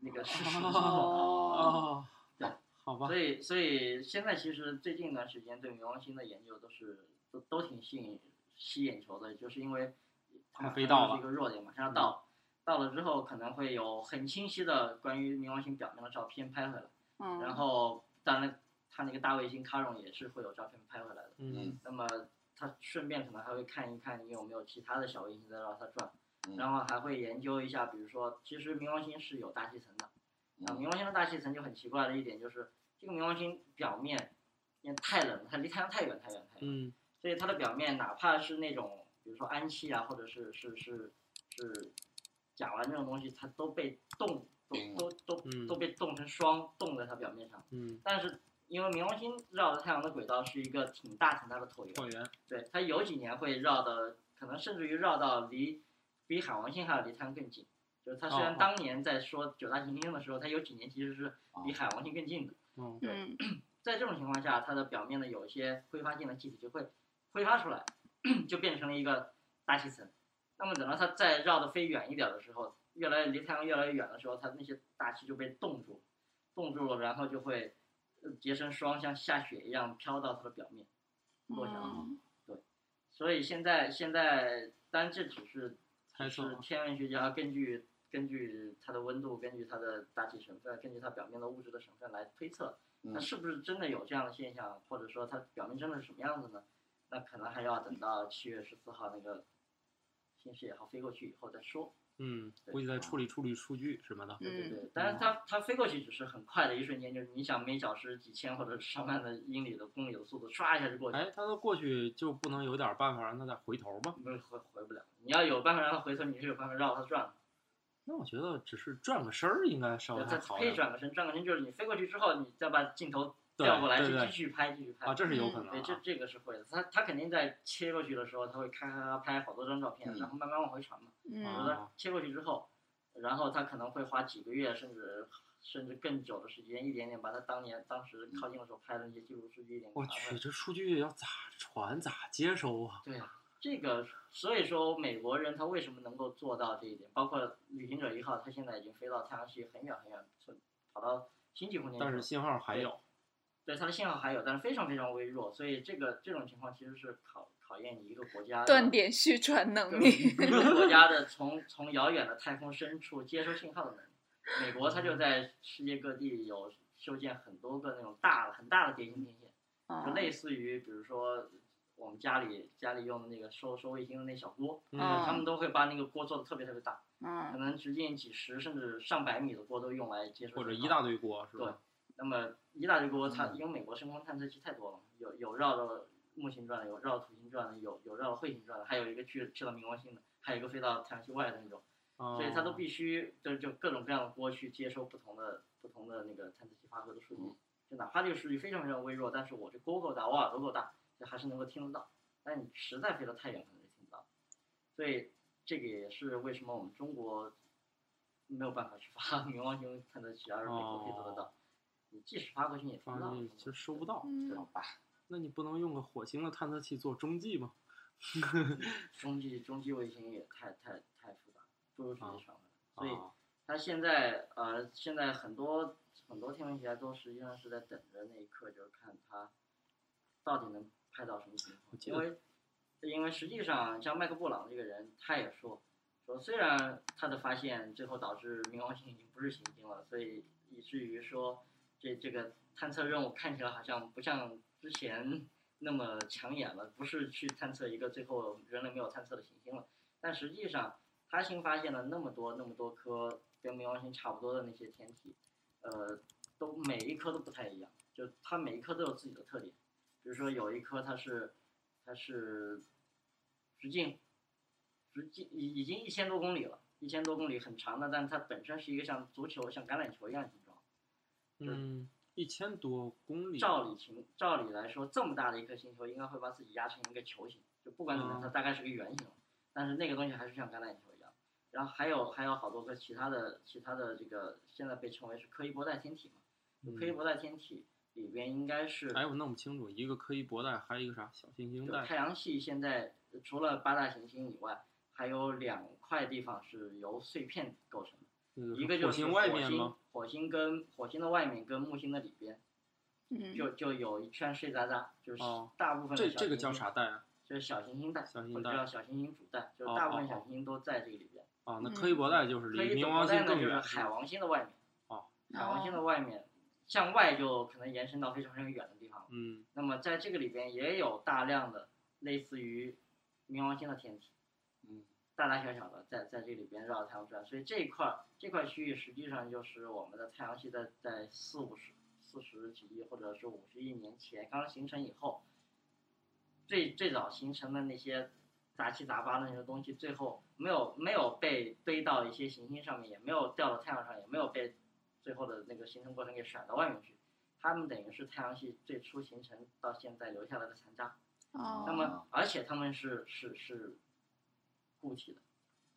S10: 那 个事实。
S7: 哦，
S8: 哦，
S10: 对啊
S8: 好吧
S10: 所，以，所以现在其实最近一段时间对冥王星的研究都是都都挺吸引吸眼球的，就是因为
S8: 快
S10: 它马
S8: 飞
S10: 上
S8: 到了
S10: 就是
S8: 嗯
S10: 一个热点，马上要到了、到了之后可能会有很清晰的关于冥王星表面的照片拍回来，
S7: 嗯，
S10: 哦然后当然它那个大卫星卡戎也是会有照片拍回来的。
S8: 嗯，
S10: 那么他顺便可能还会看一看你有没有其他的小卫星在绕它转
S9: 嗯，
S10: 然后还会研究一下，比如说，其实冥王星是有大气层的，啊，
S9: 嗯
S10: 冥王星的大气层就很奇怪的一点就是，这个冥王星表面因为太冷了，它离太阳太远太远太远，
S8: 嗯，
S10: 所以它的表面哪怕是那种比如说氨气啊，或者是是是是甲烷这种东西，它都被冻
S9: 冰了
S10: 都都
S8: 嗯
S10: 都都被冻成霜冻在它表面上，
S8: 嗯，
S10: 但是。因为冥王星绕着太阳的轨道是一个挺大挺大的椭圆，
S8: 椭圆，
S10: 对，它有几年会绕的，可能甚至于绕到离比海王星还要离太阳更近。就是它虽
S8: 哦
S10: 然当年在说九大行星的时候，它有几年其实是
S8: 哦
S10: 比海王星更近的。
S8: 嗯，
S7: 嗯
S10: 在这种情况下，它的表面的有一些挥发性的气体就会挥发出来， 就变成了一个大气层。那么等到它再绕的飞远一点的时候，越来越离太阳越来越远的时候，它那些大气就被冻住，冻住了，然后就会呃结成霜，像下雪一样飘到它的表面，落下来。
S8: 哦
S7: 嗯
S10: 所以现在现在，当然这只是
S8: 猜
S10: 只
S8: 测
S10: 是
S8: 啊
S10: 天文学家根据根据它的温度，根据它的大气成分，根据它表面的物质的成分来推测，它
S9: 嗯
S10: 是不是真的有这样的现象，或者说它表面真的是什么样子呢？那可能还要等到七月十四号那个新视野号飞过去以后再说。
S8: 嗯，
S10: 对
S8: 估计在处理处理数据什么的，
S10: 对对
S7: 嗯，
S10: 对，但是它它飞过去只是很快的一瞬间，就是你想每小时几千或者上万的英里的公里的速度，唰一下就过去了。
S8: 哎，他都过去就不能有点办法让他再回头吗？
S10: 不是回回不了，你要有办法让它回头，你是有办法绕它转的。
S8: 那我觉得只是转个身儿应该稍微
S10: 对，它
S8: 哦还好
S10: 可以
S8: 点
S10: 转个身，转个身就是你飞过去之后，你再把镜头
S8: 对
S10: 调过来，
S8: 对
S10: 就
S8: 对
S10: 继续拍，继续拍。嗯
S8: 啊，这是有可能
S10: 对，这
S8: 啊，
S10: 这个是会的。它它肯定在切过去的时候，它会咔咔咔拍好多张照片，
S9: 嗯
S10: 然后慢慢往回传嘛。比如
S7: 嗯
S8: 啊
S10: 说切过去之后，然后它可能会花几个月，甚至甚至更久的时间，一点点把它当年当时靠近的时候拍的那些记录数据一点
S8: 我
S10: 传回
S8: 去，
S10: 来。
S8: 这数据要咋传咋接收啊？
S10: 对啊，这个所以说美国人他为什么能够做到这一点？包括旅行者一号，它现在已经飞到太阳系很远很远，跑到星际空间去了。
S8: 但是信号还有，
S10: 对它的信号还有，但是非常非常微弱，所以这个这种情况其实是考考验你一个国家的
S7: 断点续传能力，
S10: 对一个国家的从从遥远的太空深处接收信号的能力。美国它就在世界各地有修建很多个那种大很大的叠星天线，
S7: 哦
S10: 就类似于比如说我们家里家里用的那个收收卫星的那小锅，
S7: 嗯
S10: 他们都会把那个锅做的特别特别大，可
S7: 嗯
S10: 能直径几十甚至上百米的锅都用来接收信号，
S8: 或者一大堆锅是
S10: 对
S8: 吧？，嗯
S10: 那么一大堆锅，它因为美国深空探测器太多了，有有绕着木星转的，有绕着土星转的，有有绕着彗星转的，还有一个去去了冥王星的，还有一个飞到太阳系外的那种。
S8: 所
S10: 所以它都必须就就各种各样的锅去接收不同的不同的那个探测器发出的数据，
S8: 嗯
S10: 就哪怕这个数据非常非常微弱，但是我这锅够大，我耳朵够大，就还是能够听得到。但你实在飞得太远，可能就听不到。所以这个也是为什么我们中国没有办法去发 冥王星探测器，而美国可以做得到。你即使发过去，你也听
S8: 反
S10: 不到。
S8: 哦正其实收不到。
S9: 好
S7: 嗯，
S9: 吧，
S8: 那你不能用个火星的探测器做中继吗？
S10: 中继中继卫星也太太太复杂，不如直接传回来。所以
S8: 啊，
S10: 它现在呃，现在很多很多天文学家都实际上是在等着那一刻，就是看它到底能拍到什么情况。
S8: 记
S10: 因
S8: 得
S10: 为因为实际上，像麦克布朗这个人，他也说说，虽然他的发现最后导致冥王星已经不是行星了，所以以至于说这这个探测任务看起来好像不像之前那么抢眼了，不是去探测一个最后人类没有探测的行星了，但实际上。他新发现了那么多那么多颗跟冥王星差不多的那些天体，呃，都每一颗都不太一样，就它每一颗都有自己的特点。比如说有一颗它是它是直径直径已已经一千多公里了，一千多公里很长的，但是它本身是一个像足球像橄榄球一样的形状。
S8: 嗯，一千多公里，
S10: 照理情照理来说，这么大的一颗星球应该会把自己压成一个球形，就不管怎么样，
S8: 嗯
S10: 它大概是个圆形，但是那个东西还是像橄榄球一样。然后还有还有好多个其他的其他的这个现在被称为是柯伊伯带天体嘛，
S8: 嗯
S10: 就柯伊伯带天体里边应该是
S8: 哎，我弄不清楚，一个柯伊伯带，还有一个啥小行星
S10: 就
S8: 带
S10: 太阳系现在除了八大行星以外，还有两块地方是由碎片构成的。
S8: 那
S10: 一个
S8: 是
S10: 就
S8: 火
S10: 是
S8: 星外面吗？？
S10: 火星跟火星的外面跟木星的里边，
S7: 嗯
S10: 就就有一圈碎渣渣，就是
S8: 哦
S10: 大部分的
S8: 这
S10: 小
S8: 这个
S10: 行
S8: 叫
S10: 星
S8: 啥带啊？
S10: 就是小行星带，
S8: 小行星
S10: 或者
S8: 带
S10: 叫小行星主带，就
S8: 哦
S10: 是大部分
S8: 哦
S10: 小
S8: 哦
S10: 行星都在这个里边。
S8: 啊，那
S7: 嗯
S8: 柯伊伯带就是
S10: 可以
S8: 离冥
S10: 总
S8: 王
S10: 在
S8: 星
S10: 呢
S8: 更
S10: 就是
S8: 远，
S10: 海王星的外面。
S8: 哦，
S10: 海王星的外面，向外就可能延伸到非常非常远的地方了。
S8: 嗯，
S10: 那么在这个里边也有大量的类似于冥王星的天体，
S9: 嗯，
S10: 大大小小的在在这里边绕着太阳转，所以这一块儿这块区域实际上就是我们的太阳系在在四五十四十几亿或者是五十亿年前刚形成以后，最最早形成的那些杂七杂八的那些东西，最后没有没有被堆到一些行星上面，也没有掉到太阳上，也没有被最后的那个形成过程给甩到外面去。它们等于是太阳系最初形成到现在留下来的残渣。
S7: 哦
S10: 那么，而且它们是是是固体的，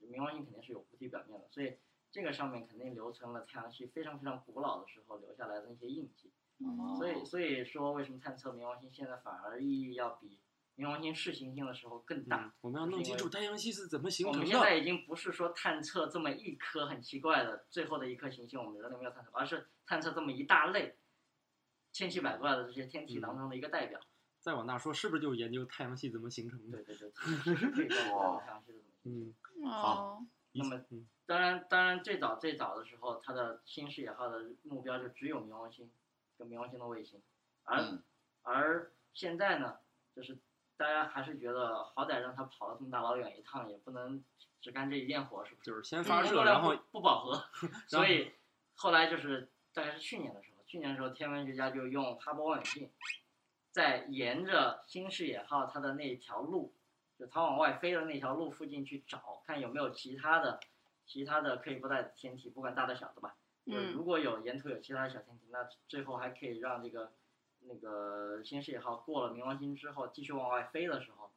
S10: 冥王星肯定是有固体表面的，所以这个上面肯定留存了太阳系非常非常古老的时候留下来的那些印记。
S9: 嗯
S10: 所
S9: 哦
S10: 以所以说，为什么探测冥王星现在反而意义要比冥王星是行星的时候更大？
S8: 嗯，我们要弄清楚太阳系是怎么形
S10: 我
S8: 成
S10: 们现在
S8: 的。
S10: 已经不是说探测这么一颗很奇怪的最后的一颗行星，我们人类没有探测，而是探测这么一大类千奇百怪的这些天体当中的一个代表。
S8: 再往大说，是不是就是研究太阳系怎么形成的
S10: 对？对对，这是这个我想是这么一个
S8: 嗯，
S7: 哦，
S8: 一
S10: 那么
S8: 嗯
S10: 当然，当然，最早最早的时候，它的新视野号的目标就只有冥王星跟冥王星的卫星，而、
S9: 嗯
S10: 而现在呢，就是大家还是觉得好歹让它跑了这么大老远一趟，也不能只干这一件活，是不是？
S8: 就是先发
S10: 工
S8: 射，
S10: 作
S8: 然
S10: 量
S8: 后
S10: 不不饱 和，所以后来就是大概是去年的时候，去年的时候天文学家就用哈勃望远镜，在沿着新视野号它的那条路，就它往外飞的那条路附近去找，看有没有其他的其他的可以不带的天体，不管大的小的吧。就是
S7: 嗯
S10: 如果有沿途有其他的小天体，那最后还可以让这个那个新视野号过了冥王星之后，继续往外飞的时候，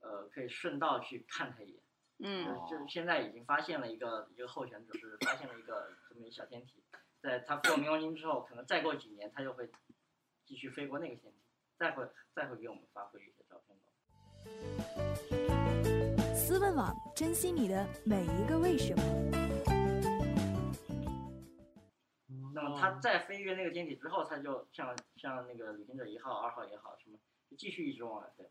S10: 呃，可以顺道去看它一眼。
S7: 嗯
S9: 哦
S10: 就是现在已经发现了一个一个候选者，是发现了一个这么一小天体，在它过冥王星之后，可能再过几年，它就会继续飞过那个天体，再会再会给我们发回一些照片吧。
S4: 思问网，珍惜你的每一个为什么。
S10: 嗯那么
S8: 哦
S10: 它再飞越那个天体之后，它就像像那个旅行者一号、二号也好，什么就继续一直往外飞，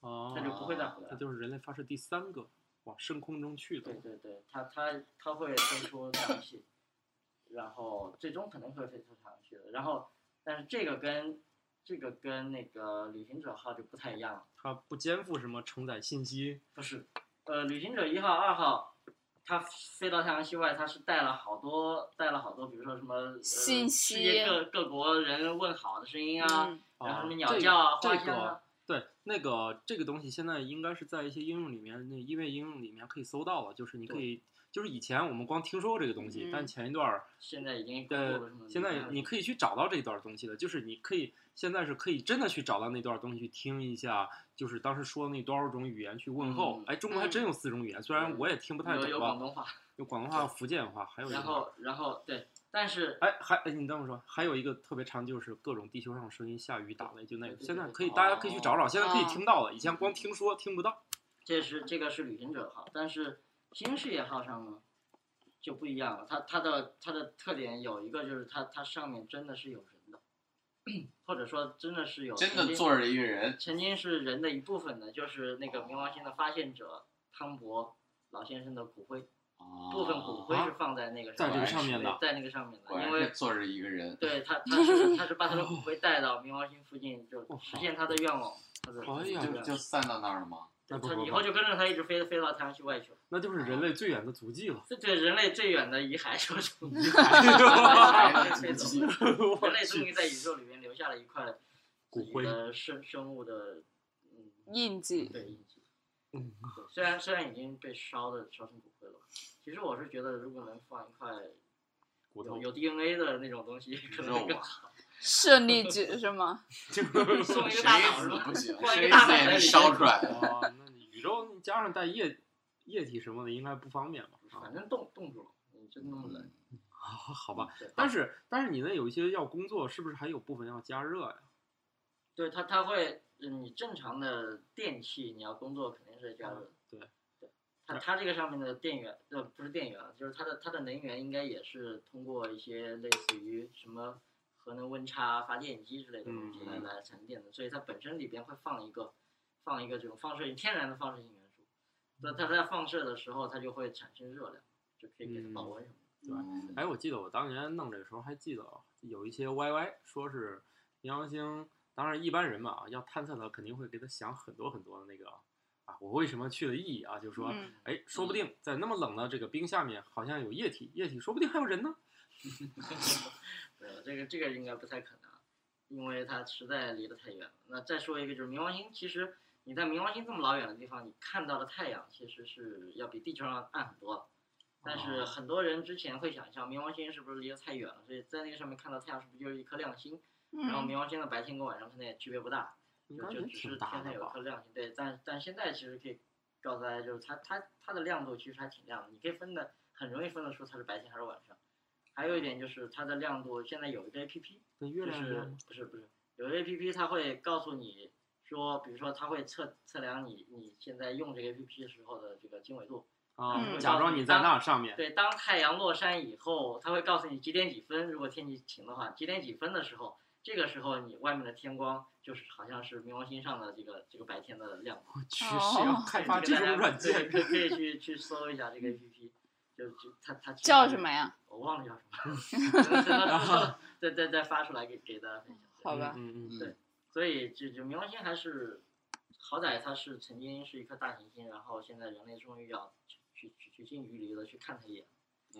S8: 哦
S10: 它，就不会再回来
S8: 它
S10: 了。
S8: 就是人类发射第三个往深空中去的
S10: 对。对对，它它它会飞出太阳系，然后最终可能会飞出太阳系的。然后，但是这个跟这个跟那个旅行者号就不太一样了。
S8: 它不肩负什么承载信息，
S10: 不是，呃，旅行者一号、二号，它飞到太阳系外，它是带了好多带了好多，比如说什么、呃、
S7: 信息
S10: 世界各各国人问好的声音啊，
S7: 嗯
S10: 然
S8: 啊
S10: 后什么
S8: 这
S10: 鸟
S8: 个
S10: 叫啊、
S8: 这
S10: 花香
S8: 个
S10: 啊，
S8: 对，那个这个东西现在应该是在一些应用里面，那音乐应用里面可以搜到了，就是你可以，就是以前我们光听说过这个东西，
S7: 嗯
S8: 但前一段儿
S10: 现在已经
S8: 呃
S10: 过了这么，
S8: 现在你
S10: 多
S8: 可以去找到这段东西的，就是你可以现在是可以真的去找到那段东西去听一下，就是当时说那多少种语言去问候
S10: 嗯。
S8: 哎，中国还真有四种语言，虽然我也听不太
S10: 年有有
S8: 懂
S10: 广
S8: 吧，
S10: 东话，
S8: 有广东话、福建话，还有一
S10: 然
S8: 个。
S10: 后然后对，但是
S8: 哎，还哎，你等我说，还有一个特别长，就是各种地球上声音、下雨、打雷，就那
S10: 对
S8: 个。
S10: 对
S8: 现在
S10: 对嗯
S8: 可以，大家可以去找找，现在可以
S7: 哦
S8: 听到了，以前光听说听不到。
S10: 这是这个是旅行者号，但是新视野号上呢就不一样了。它它的它的特点有一个就是它它上面真的是有人的， 或者说真的是有
S9: 真
S10: 曾
S9: 的
S10: 经
S9: 坐着一个人，
S10: 曾经是人的一部分的，就是那个冥王星的发现者汤博老先生的骨灰，部分骨灰
S8: 啊
S10: 是放在那个
S8: 在
S10: 上
S8: 这个
S10: 面
S8: 上面的
S10: 对在那个上面
S9: 哦果
S10: 的，
S9: 然
S10: 因
S9: 是
S10: 为
S9: 坐着一个 人。
S10: 对他他是他是把他的骨灰带到冥王星附近，就实现他的愿望。他的
S8: 哎哦呀
S9: 就就散到那儿了吗？
S8: 那不
S10: 他
S8: 不
S10: 以后
S8: 不，
S10: 就跟着他一直飞飞到太阳系外去了。
S8: 那就是人类最远的足迹了。
S10: 这对人类最远的遗骸说 出，遗
S9: 还
S10: 骸
S9: 能
S10: 被
S9: 自己
S10: 走了人
S8: 我
S10: 类终
S8: 去，
S10: 于在宇宙里面留下了一块自己
S8: 骨灰
S10: 的生生物的，嗯，
S7: 印记。
S10: 对印记。
S8: 嗯
S10: 对，虽然虽然已经被烧的烧成骨灰了，其实我是觉得如果能放一块
S8: 骨
S10: 有
S8: 头
S10: 有 DNA 的那种东西，可能更好。
S7: 胜利
S10: 嗯
S7: 纸是吗？
S10: 送一个
S9: 谁
S10: 大脑是
S9: 死
S10: 吧？
S9: 不行，
S10: 换一
S9: 谁
S10: 个大
S9: 死也
S10: 脑袋
S9: 能
S10: 里
S9: 烧
S10: 面
S9: 出 来。
S8: 哦，那你宇宙加上带液液体什么的，应该不方便吧？啊
S10: 反正冻冻住了，你真
S9: 嗯
S10: 那么冷。
S8: 好吧，
S10: 对
S8: 但是但是你那有一些要工作，是不是还有部分要加热呀？
S10: 对它，它会，嗯，你正常的电器你要工作肯定是加热的。
S8: 嗯对，
S10: 对，它它这个上面的电源，呃，不是电源啊，就是它的它的能源应该也是通过一些类似于什么核能温差发电机之类的东西来
S9: 嗯
S10: 来产生电的，所以它本身里边会放一个放一个这种放射天然的放射性元素，那
S8: 嗯
S10: 它在放射的时候它就会产生热量，就可以给它保
S8: 嗯
S10: 温什么的。
S9: 嗯
S8: 哎，我记得我当年弄这个时候还记得有一些 YY 说是冥王星，当然一般人嘛啊，要探测它肯定会给他想很多很多的那个啊，我为什么去的意义啊，就是说，
S7: 嗯
S8: 哎，说不定在那么冷的这个冰下面，好像有液体，液体说不定还有人呢。
S10: 对，这个这个应该不太可能，因为它实在离得太远了。那再说一个，就是冥王星，其实你在冥王星这么老远的地方，你看到的太阳其实是要比地球上暗很多。但是
S8: 哦
S10: 很多人之前会想象冥王星是不是离得太远了，所以在那个上面看到太阳是不是就是一颗亮星？然后
S7: 嗯，
S10: 冥王星的白天跟晚上可能也区别不大，
S8: 应
S10: 就
S8: 该
S10: 就
S8: 也
S10: 只是
S8: 挺
S10: 天
S8: 大
S10: 上
S8: 的
S10: 有一
S8: 吧
S10: 颗？亮星。对，但但现在其实可以告诉大家，就是它它它的亮度其实还挺亮的，你可以分的很容易分得出它是白天还是晚上。还有一点就是它的亮度，现在有一个 A P P，
S8: 跟月
S10: 就
S8: 亮一样
S10: 是
S8: 吗？
S10: 不是不是有的 A P P 它会告诉你说，比如说它会测测量你你现在用这个 A P P 时候的这个经纬度，
S8: 啊，
S7: 嗯
S8: 假装你在那上面。
S10: 对，当太阳落山以后，它会告诉你几点几分，如果天气晴的话，几点几分的时候，这个时候你外面的天光就是好像是冥王星上的这个这个白天的亮度。
S8: 我去，谁要
S7: 哦
S8: 开发这种软件？嗯
S10: 可以可以去去搜一下这个 A P P，就就它它其
S7: 叫
S10: 实
S7: 什么呀？
S10: 我忘了叫什么，可能等 到之后再再再发出来给给大家分享。对
S7: 好吧
S8: 嗯嗯嗯，
S9: 嗯
S10: 所以这这冥王星还是，好歹它是曾经是一颗大行星，然后现在人类终于要去去去去近距离的去看它一眼，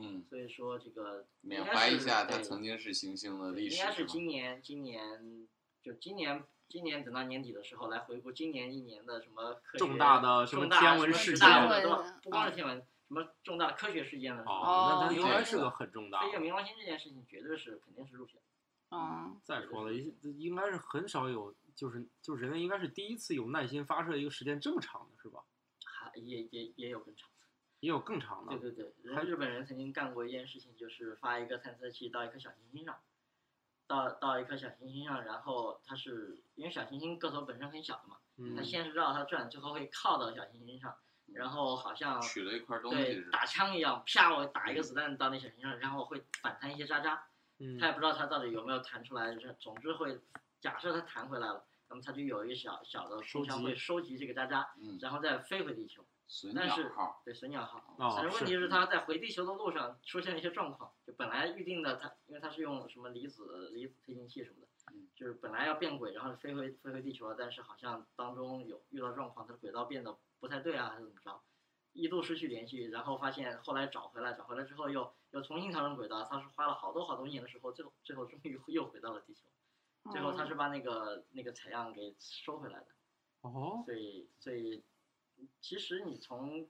S9: 嗯，
S10: 所以说这个应
S9: 缅
S10: 该
S9: 怀一
S10: 是
S9: 下它
S10: 对
S9: 曾经是行星的
S10: 对
S9: 历史
S10: 应该是
S9: 是吗？
S10: 今年今年就今年今年等到年底的时候来回顾今年一年的什么科学
S8: 重大的什么
S10: 重大
S8: 天文
S10: 什么
S8: 事
S10: 重大
S8: 件
S10: 的
S7: 天
S10: 都
S7: 文
S10: 不光是天文，什么重大的科学事件的时候
S8: 哦，那
S7: 哦
S8: 它应该是个很重大
S10: 飞越
S8: 的。
S10: 冥王星这件事情绝对是肯定是入选。嗯
S7: 哦，
S8: 再说了，一应该是很少有，就是就是人类应该是第一次有耐心发射一个时间这么长的，是吧？
S10: 还也也也有更长，
S8: 也有更长
S10: 对
S8: 的。
S10: 对对，
S8: 还
S10: 人日本人曾经干过一件事情，就是发一个探测器到一颗小行星上，到到一颗小行星上，然后它是因为小行星个头本身很小的嘛，它
S8: 嗯，
S10: 先是绕它转，最后会靠到小行星上，然后好像
S9: 取了一块东西
S10: 对
S9: 是吧？
S10: 打枪一样，啪我打一个子弹到那小行星上，然后会反弹一些渣渣，
S8: 嗯
S10: 他也不知道它到底有没有弹出来，就是总之会，假设它弹回来了，那么它就有一个小小的
S8: 收
S10: 空箱
S8: 集
S10: 会收集这个渣渣，
S9: 嗯，
S10: 然后再飞回地球。
S9: 损
S10: 但
S9: 鸟
S10: 是
S9: 号，
S10: 对损鸟号，
S8: 哦
S10: 但是问
S8: 是
S10: 题是它在回地球的路上出现了一些状况，就本来预定的它，因为它是用什么离子离子推进器什么的
S9: 嗯，
S10: 就是本来要变轨，然后飞回飞回地球了，但是好像当中有遇到状况，它的轨道变得不太对啊，还是怎么着？一度失去联系，然后发现后来找回来，找回来之后又又重新调整轨道，它是花了好多好多年的时候，最后
S7: 哦
S10: 最后终于又回到了地球，最后它是把那个那个采样给收回来的，
S8: 哦，
S10: 所以，所以其实你从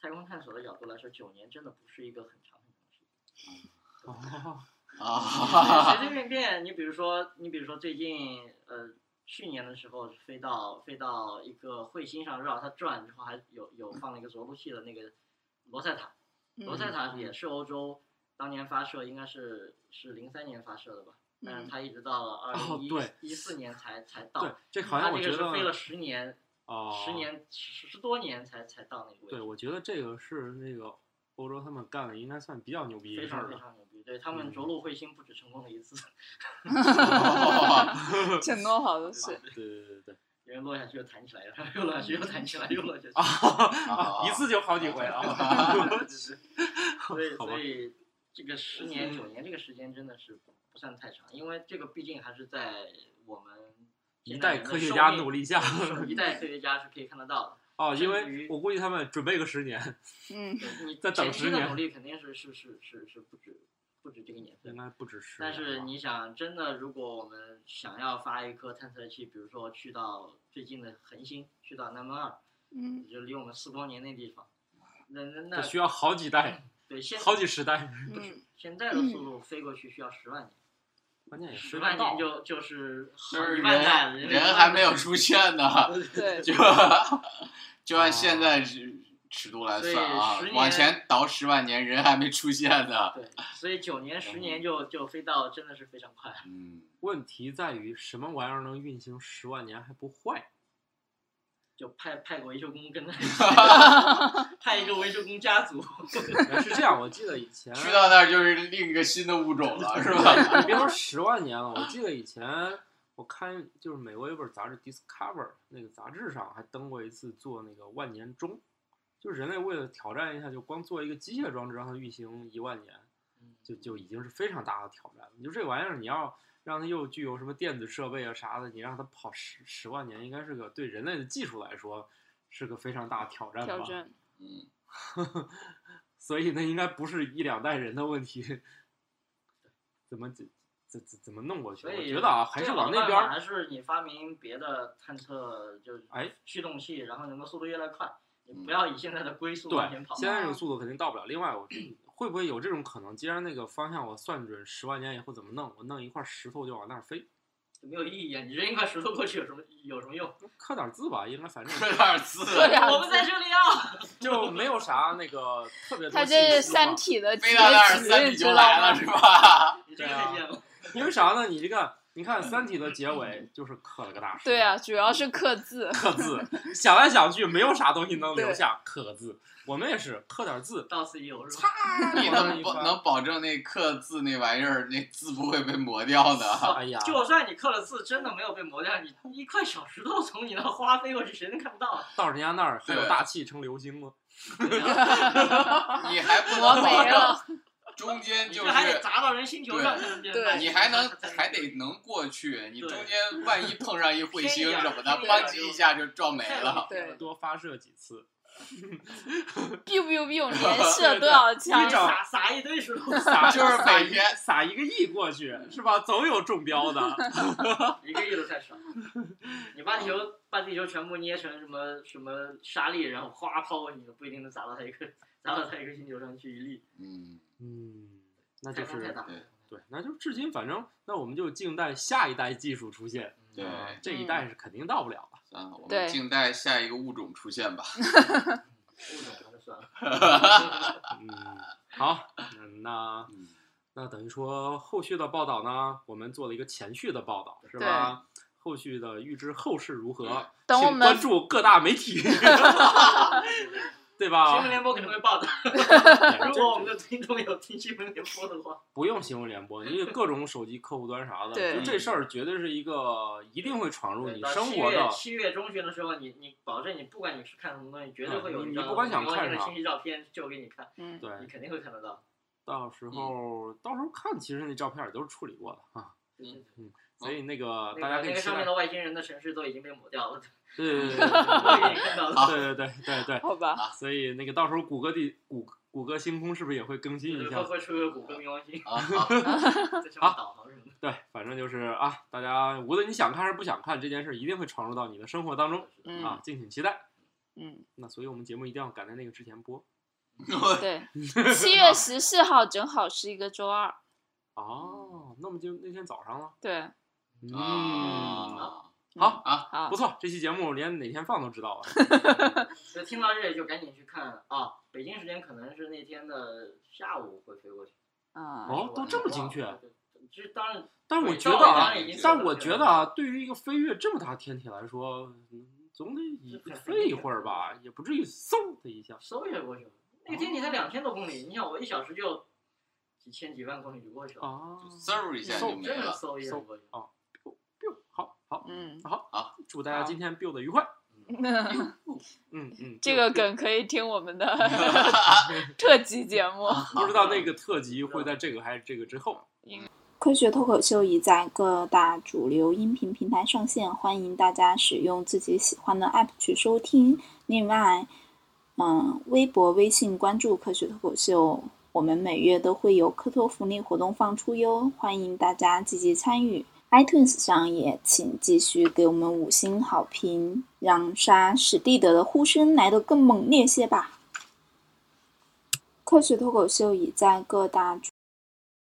S10: 太空探索的角度来说，九年真的不是一个很长很长的时间。
S8: 哦，
S9: 啊，
S10: 随随便便，你比如说，你比如说最近，呃，去年的时候飞到飞到一个彗星上绕它转之后，还有有放了一个着陆器的那个罗塞塔，
S7: 嗯
S10: 罗塞塔也是欧洲当年发射，应该是是零三年发射的吧？但是它一直到了二
S8: 哦
S10: 零一
S8: 对
S10: 一四年才才
S8: 对
S10: 到，，
S8: 这好
S10: 嗯它
S8: 像我
S10: 这
S8: 觉
S10: 个
S8: 得
S10: 是飞了十年，
S8: 哦，
S10: 十年十十多年才才到那个位置。
S8: 对，我觉得这个是那个欧洲他们干的，应该算比嗯较牛逼的
S10: 非
S8: 事
S10: 常
S8: 儿
S10: 非
S8: 了。
S10: 常牛逼，对他们着陆彗星不止成功了一次，
S7: 承诺好的 是，
S8: 对对 对对对，
S10: 因为落下去又弹起来了， 又落下去又弹起来，又落下去。
S8: 啊，一次就好几回啊。
S10: 所以
S8: 好吧嗯
S10: 所以这个十年九年这个时间真的是不算太长，因为这个毕竟还是在我们
S8: 一
S10: 现
S8: 代
S10: 代人的
S8: 科学
S10: 寿
S8: 家
S10: 命
S8: 努力下
S10: 一代科学家是可以看得到的。
S8: 哦，因
S10: 甚至
S8: 为
S10: 于
S8: 我估计他们准备个十年，
S7: 嗯，
S10: 对你
S8: 再等
S10: 前期
S8: 10
S10: 的
S8: 年
S10: 努力肯定是是是是是不止不止这个年份
S8: 应。该不止十年
S10: 但
S8: 吧。
S10: 是你想，真的，如果我们想要发一颗探测器，比如说去到最近的恒星，去到南门二，
S7: 嗯，
S10: 就离我们四光年那地方，那那那
S8: 这需要好几代，
S10: 对现
S8: 好几十代，
S7: 嗯，
S10: 现在的速度飞过去需要十万年，
S8: 关键也
S10: 十
S8: 是
S10: 万年就 就是
S9: 就
S10: 好
S9: 是
S10: 一万代
S9: 人人还没有出现呢，
S7: 对，
S9: 就就按现在尺尺度来算啊
S10: 对十，年
S9: 往前倒十万年，人还没出现呢。嗯
S10: 对，所以九年十年就就飞到真的是非常快。
S9: 嗯，
S8: 问题在于什么玩意儿能运行十万年还不坏？
S10: 就派派过维修工跟他 派一个维修工家族，
S8: 原来呃是这样，我记得以前
S9: 去到那儿就是另一个新的物种了，是 吧？
S8: 你别说十万年了，我记得以前我看就是美国有本杂志《Discover》那个杂志上还登过一次做那个万年钟，就是人类为了挑战一下，就光做一个机械装置让它运行一万年，就就已经是非常大的挑战了。你就这玩意儿，你要让它又具有什么电子设备啊啥的，你让它跑十十万年，应该是个对人类的技术来说是个非常大的挑战吧
S7: 挑。战，
S9: 嗯，
S8: 所以那应该不是一两代人的问题，怎么怎怎怎怎么弄过去？
S10: 所
S8: 我
S10: 以
S8: 觉得啊，还是
S10: 最
S8: 往
S10: 好的
S8: 那
S10: 办
S8: 边
S10: 法
S8: 儿
S10: 还是你发明别的探测就
S8: 哎
S10: 驱动器，然后能够速度越来越快，你
S9: 嗯
S10: 不要以现在的龟速往前
S8: 对，
S10: 跑。
S8: 现在这个速度肯定到不了。另外，我会不会有这种可能？既然那个方向我算准十万年以后怎么弄，我弄一块石头就往那儿飞，
S10: 没有意义啊！你扔一块石头过去有什么有什么用？
S8: 刻点儿字吧，应该反
S9: 克
S8: 正
S9: 拉尔斯
S7: 对呀，
S10: 我们在这里啊！
S8: 就没有啥那个 特别多信息嘛。
S7: 他这是《三体》的结
S9: 飞到那儿，
S7: 局，
S9: 三
S7: 你
S9: 体
S7: 知
S9: 就
S7: 道
S9: 来
S7: 吗？
S9: 了，是吧？
S10: 你这个太贱了。
S8: 因为啥呢？你这个你看《三体》的结尾就是刻了个大石头。
S7: 对啊，主要是刻 字，
S8: 刻字，想来想去没有啥东西能留
S7: 对
S8: 下，刻个字。我们也是刻点儿字，
S10: 到此一游是吧？
S8: 啪，
S9: 你
S8: 往那
S9: 能
S8: 一
S9: 保
S8: 翻
S9: 能保证那刻字那玩意儿那字不会被磨掉 呢？
S8: 哎呀，
S10: 就算你刻了字，真的没有被磨掉，你一块小石头从你那花飞过去，谁能看到？啊
S8: 到人家那儿还有
S9: 对
S8: 大气成流星了。
S9: 你还不
S7: 我
S9: 能保
S7: 没了
S9: 证，中间
S10: 你
S9: 就
S10: 这还得
S9: 是
S10: 砸到人星球上才能变
S7: 对
S10: 大。
S9: 你还 能还得能过去，你中
S10: 对
S9: 间万一碰上一彗星什么的，
S10: 偏一点儿
S9: 邦叽一下就撞没了。
S7: 对
S8: 多发射几次，
S7: biu biu biu，连射多少
S10: 你
S7: 枪？
S10: 撒撒一堆石头，
S8: 撒
S9: 就是
S8: 撒
S9: 每
S8: 一
S9: 天
S8: 撒一个亿过去，是吧？总有中标的。
S10: 一个亿都太少。 你把地球把地球全部捏成什么什么沙粒，然后哗抛过去，你都不一定能砸到它一个 砸到它一个星球上去一粒。
S9: 嗯，
S8: 嗯，那
S10: 太
S8: 就
S10: 空太
S8: 是
S10: 大。
S9: 对
S8: 对，那就至今反正，那我们就静待下一代技术出现。
S9: 对
S8: 啊这一代是肯定到不了了。
S9: 算了，嗯啊我
S7: 对
S9: 们静待下一个物种出现吧。
S10: 物种还是算了。
S8: 嗯，好，嗯那
S9: 嗯
S8: 那等于说后续的报道呢，我们做了一个前续的报道，是吧？后续的预知后事如何
S9: 对，
S7: 等我
S8: 请
S7: 们
S8: 关注各大媒体， 对吧？
S10: 新闻联播可能会报 道，
S8: 哎
S10: 如
S8: 真
S10: 果我们的听众有听新闻联播的话，
S8: 不用新闻联播，你有各种手机客户端啥的，
S7: 对
S8: 就这事儿绝对是一个一定会闯入
S10: 对
S8: 你
S10: 到
S8: 生
S10: 七
S8: 活
S10: 月
S8: 的。
S10: 七月中旬的时候，你你保证你不管你是看什么东西，绝对
S8: 嗯
S10: 会有
S8: 你
S10: 一
S8: 你
S10: 张
S8: 不管想
S10: 高
S8: 看
S10: 清的
S8: 啥
S10: 信息照片就给你看，
S7: 嗯，
S8: 对，
S10: 你肯定会看得到。
S8: 到时候到时候看，其实那照片也都是处理过的啊，
S10: 对对对
S8: 所以那个
S10: 那
S8: 啊大家可
S10: 个嗯那
S8: 以
S10: 个
S8: 期
S10: 上
S8: 待
S10: 面。的外星人的城市都已经被抹 掉了，
S8: 对对对对
S10: 都已经看到了。
S8: 对对对对对，
S7: 好吧，
S8: 所以那个到时候谷歌地谷谷歌星空是不是也会更新一
S10: 会
S8: 下？
S10: 会出个谷歌冥王 星，
S9: 啊，好
S10: 在上面导航什么的。
S8: 对对，反正就是啊，大家无论你想看还是不想看，这件事一定会闯入到你的生活当中、
S7: 嗯
S8: 啊，敬请期待。
S7: 嗯，
S8: 那所以我们节目一定要赶在那个之前播
S7: 对，七月十四号正好是一个周二，
S8: 哦。那么就那天早上了。
S7: 对，
S8: 嗯，
S9: 啊，
S8: 好
S9: 啊
S7: 好
S8: 不，错，这期节目连哪天放都知道了。
S10: 就听到这里就赶紧去看啊！北京时间可能是那天的下午会飞过去。
S7: 嗯，
S8: 哦，都这么精确。
S10: 其实当然，
S8: 但我
S10: 对
S8: 觉
S10: 当
S8: 得
S10: 然
S8: 啊
S10: 当然已经，
S8: 但
S10: 是
S8: 我
S10: 这
S8: 觉
S10: 样
S8: 得啊，对于一个飞跃这么大天体来说，嗯总得一
S10: 是很
S8: 飞一会儿吧，也不至于嗖的一下。
S10: 搜一下过去了。那个天体才两千多公里，你想我一小时就几千几万公里就过去了，
S8: 啊，
S9: 就嗖一下
S8: 嗖
S9: 就没
S10: 真的
S9: 了。
S10: 搜一下
S8: 搜
S10: 就过去了。
S8: biu，好好
S7: 嗯，
S8: 好
S9: 好，
S8: 祝大家今天 biu 的愉快。嗯嗯，
S7: 这个
S8: biu，biu
S7: 梗可以听我们的 特辑节目。
S8: 不知道那个特辑会在这个还是这个之后。
S7: 科学脱口秀已在各大主流音频平台上线，欢迎大家使用自己喜欢的 app 去收听。另外，嗯，微博、微信关注科学脱口秀，我们每月都会有科托福利活动放出哟，欢迎大家积极参与。iTunes 上也请继续给我们五星好评，让杀史蒂德的呼声来得更猛烈些吧。科学脱口秀已在各大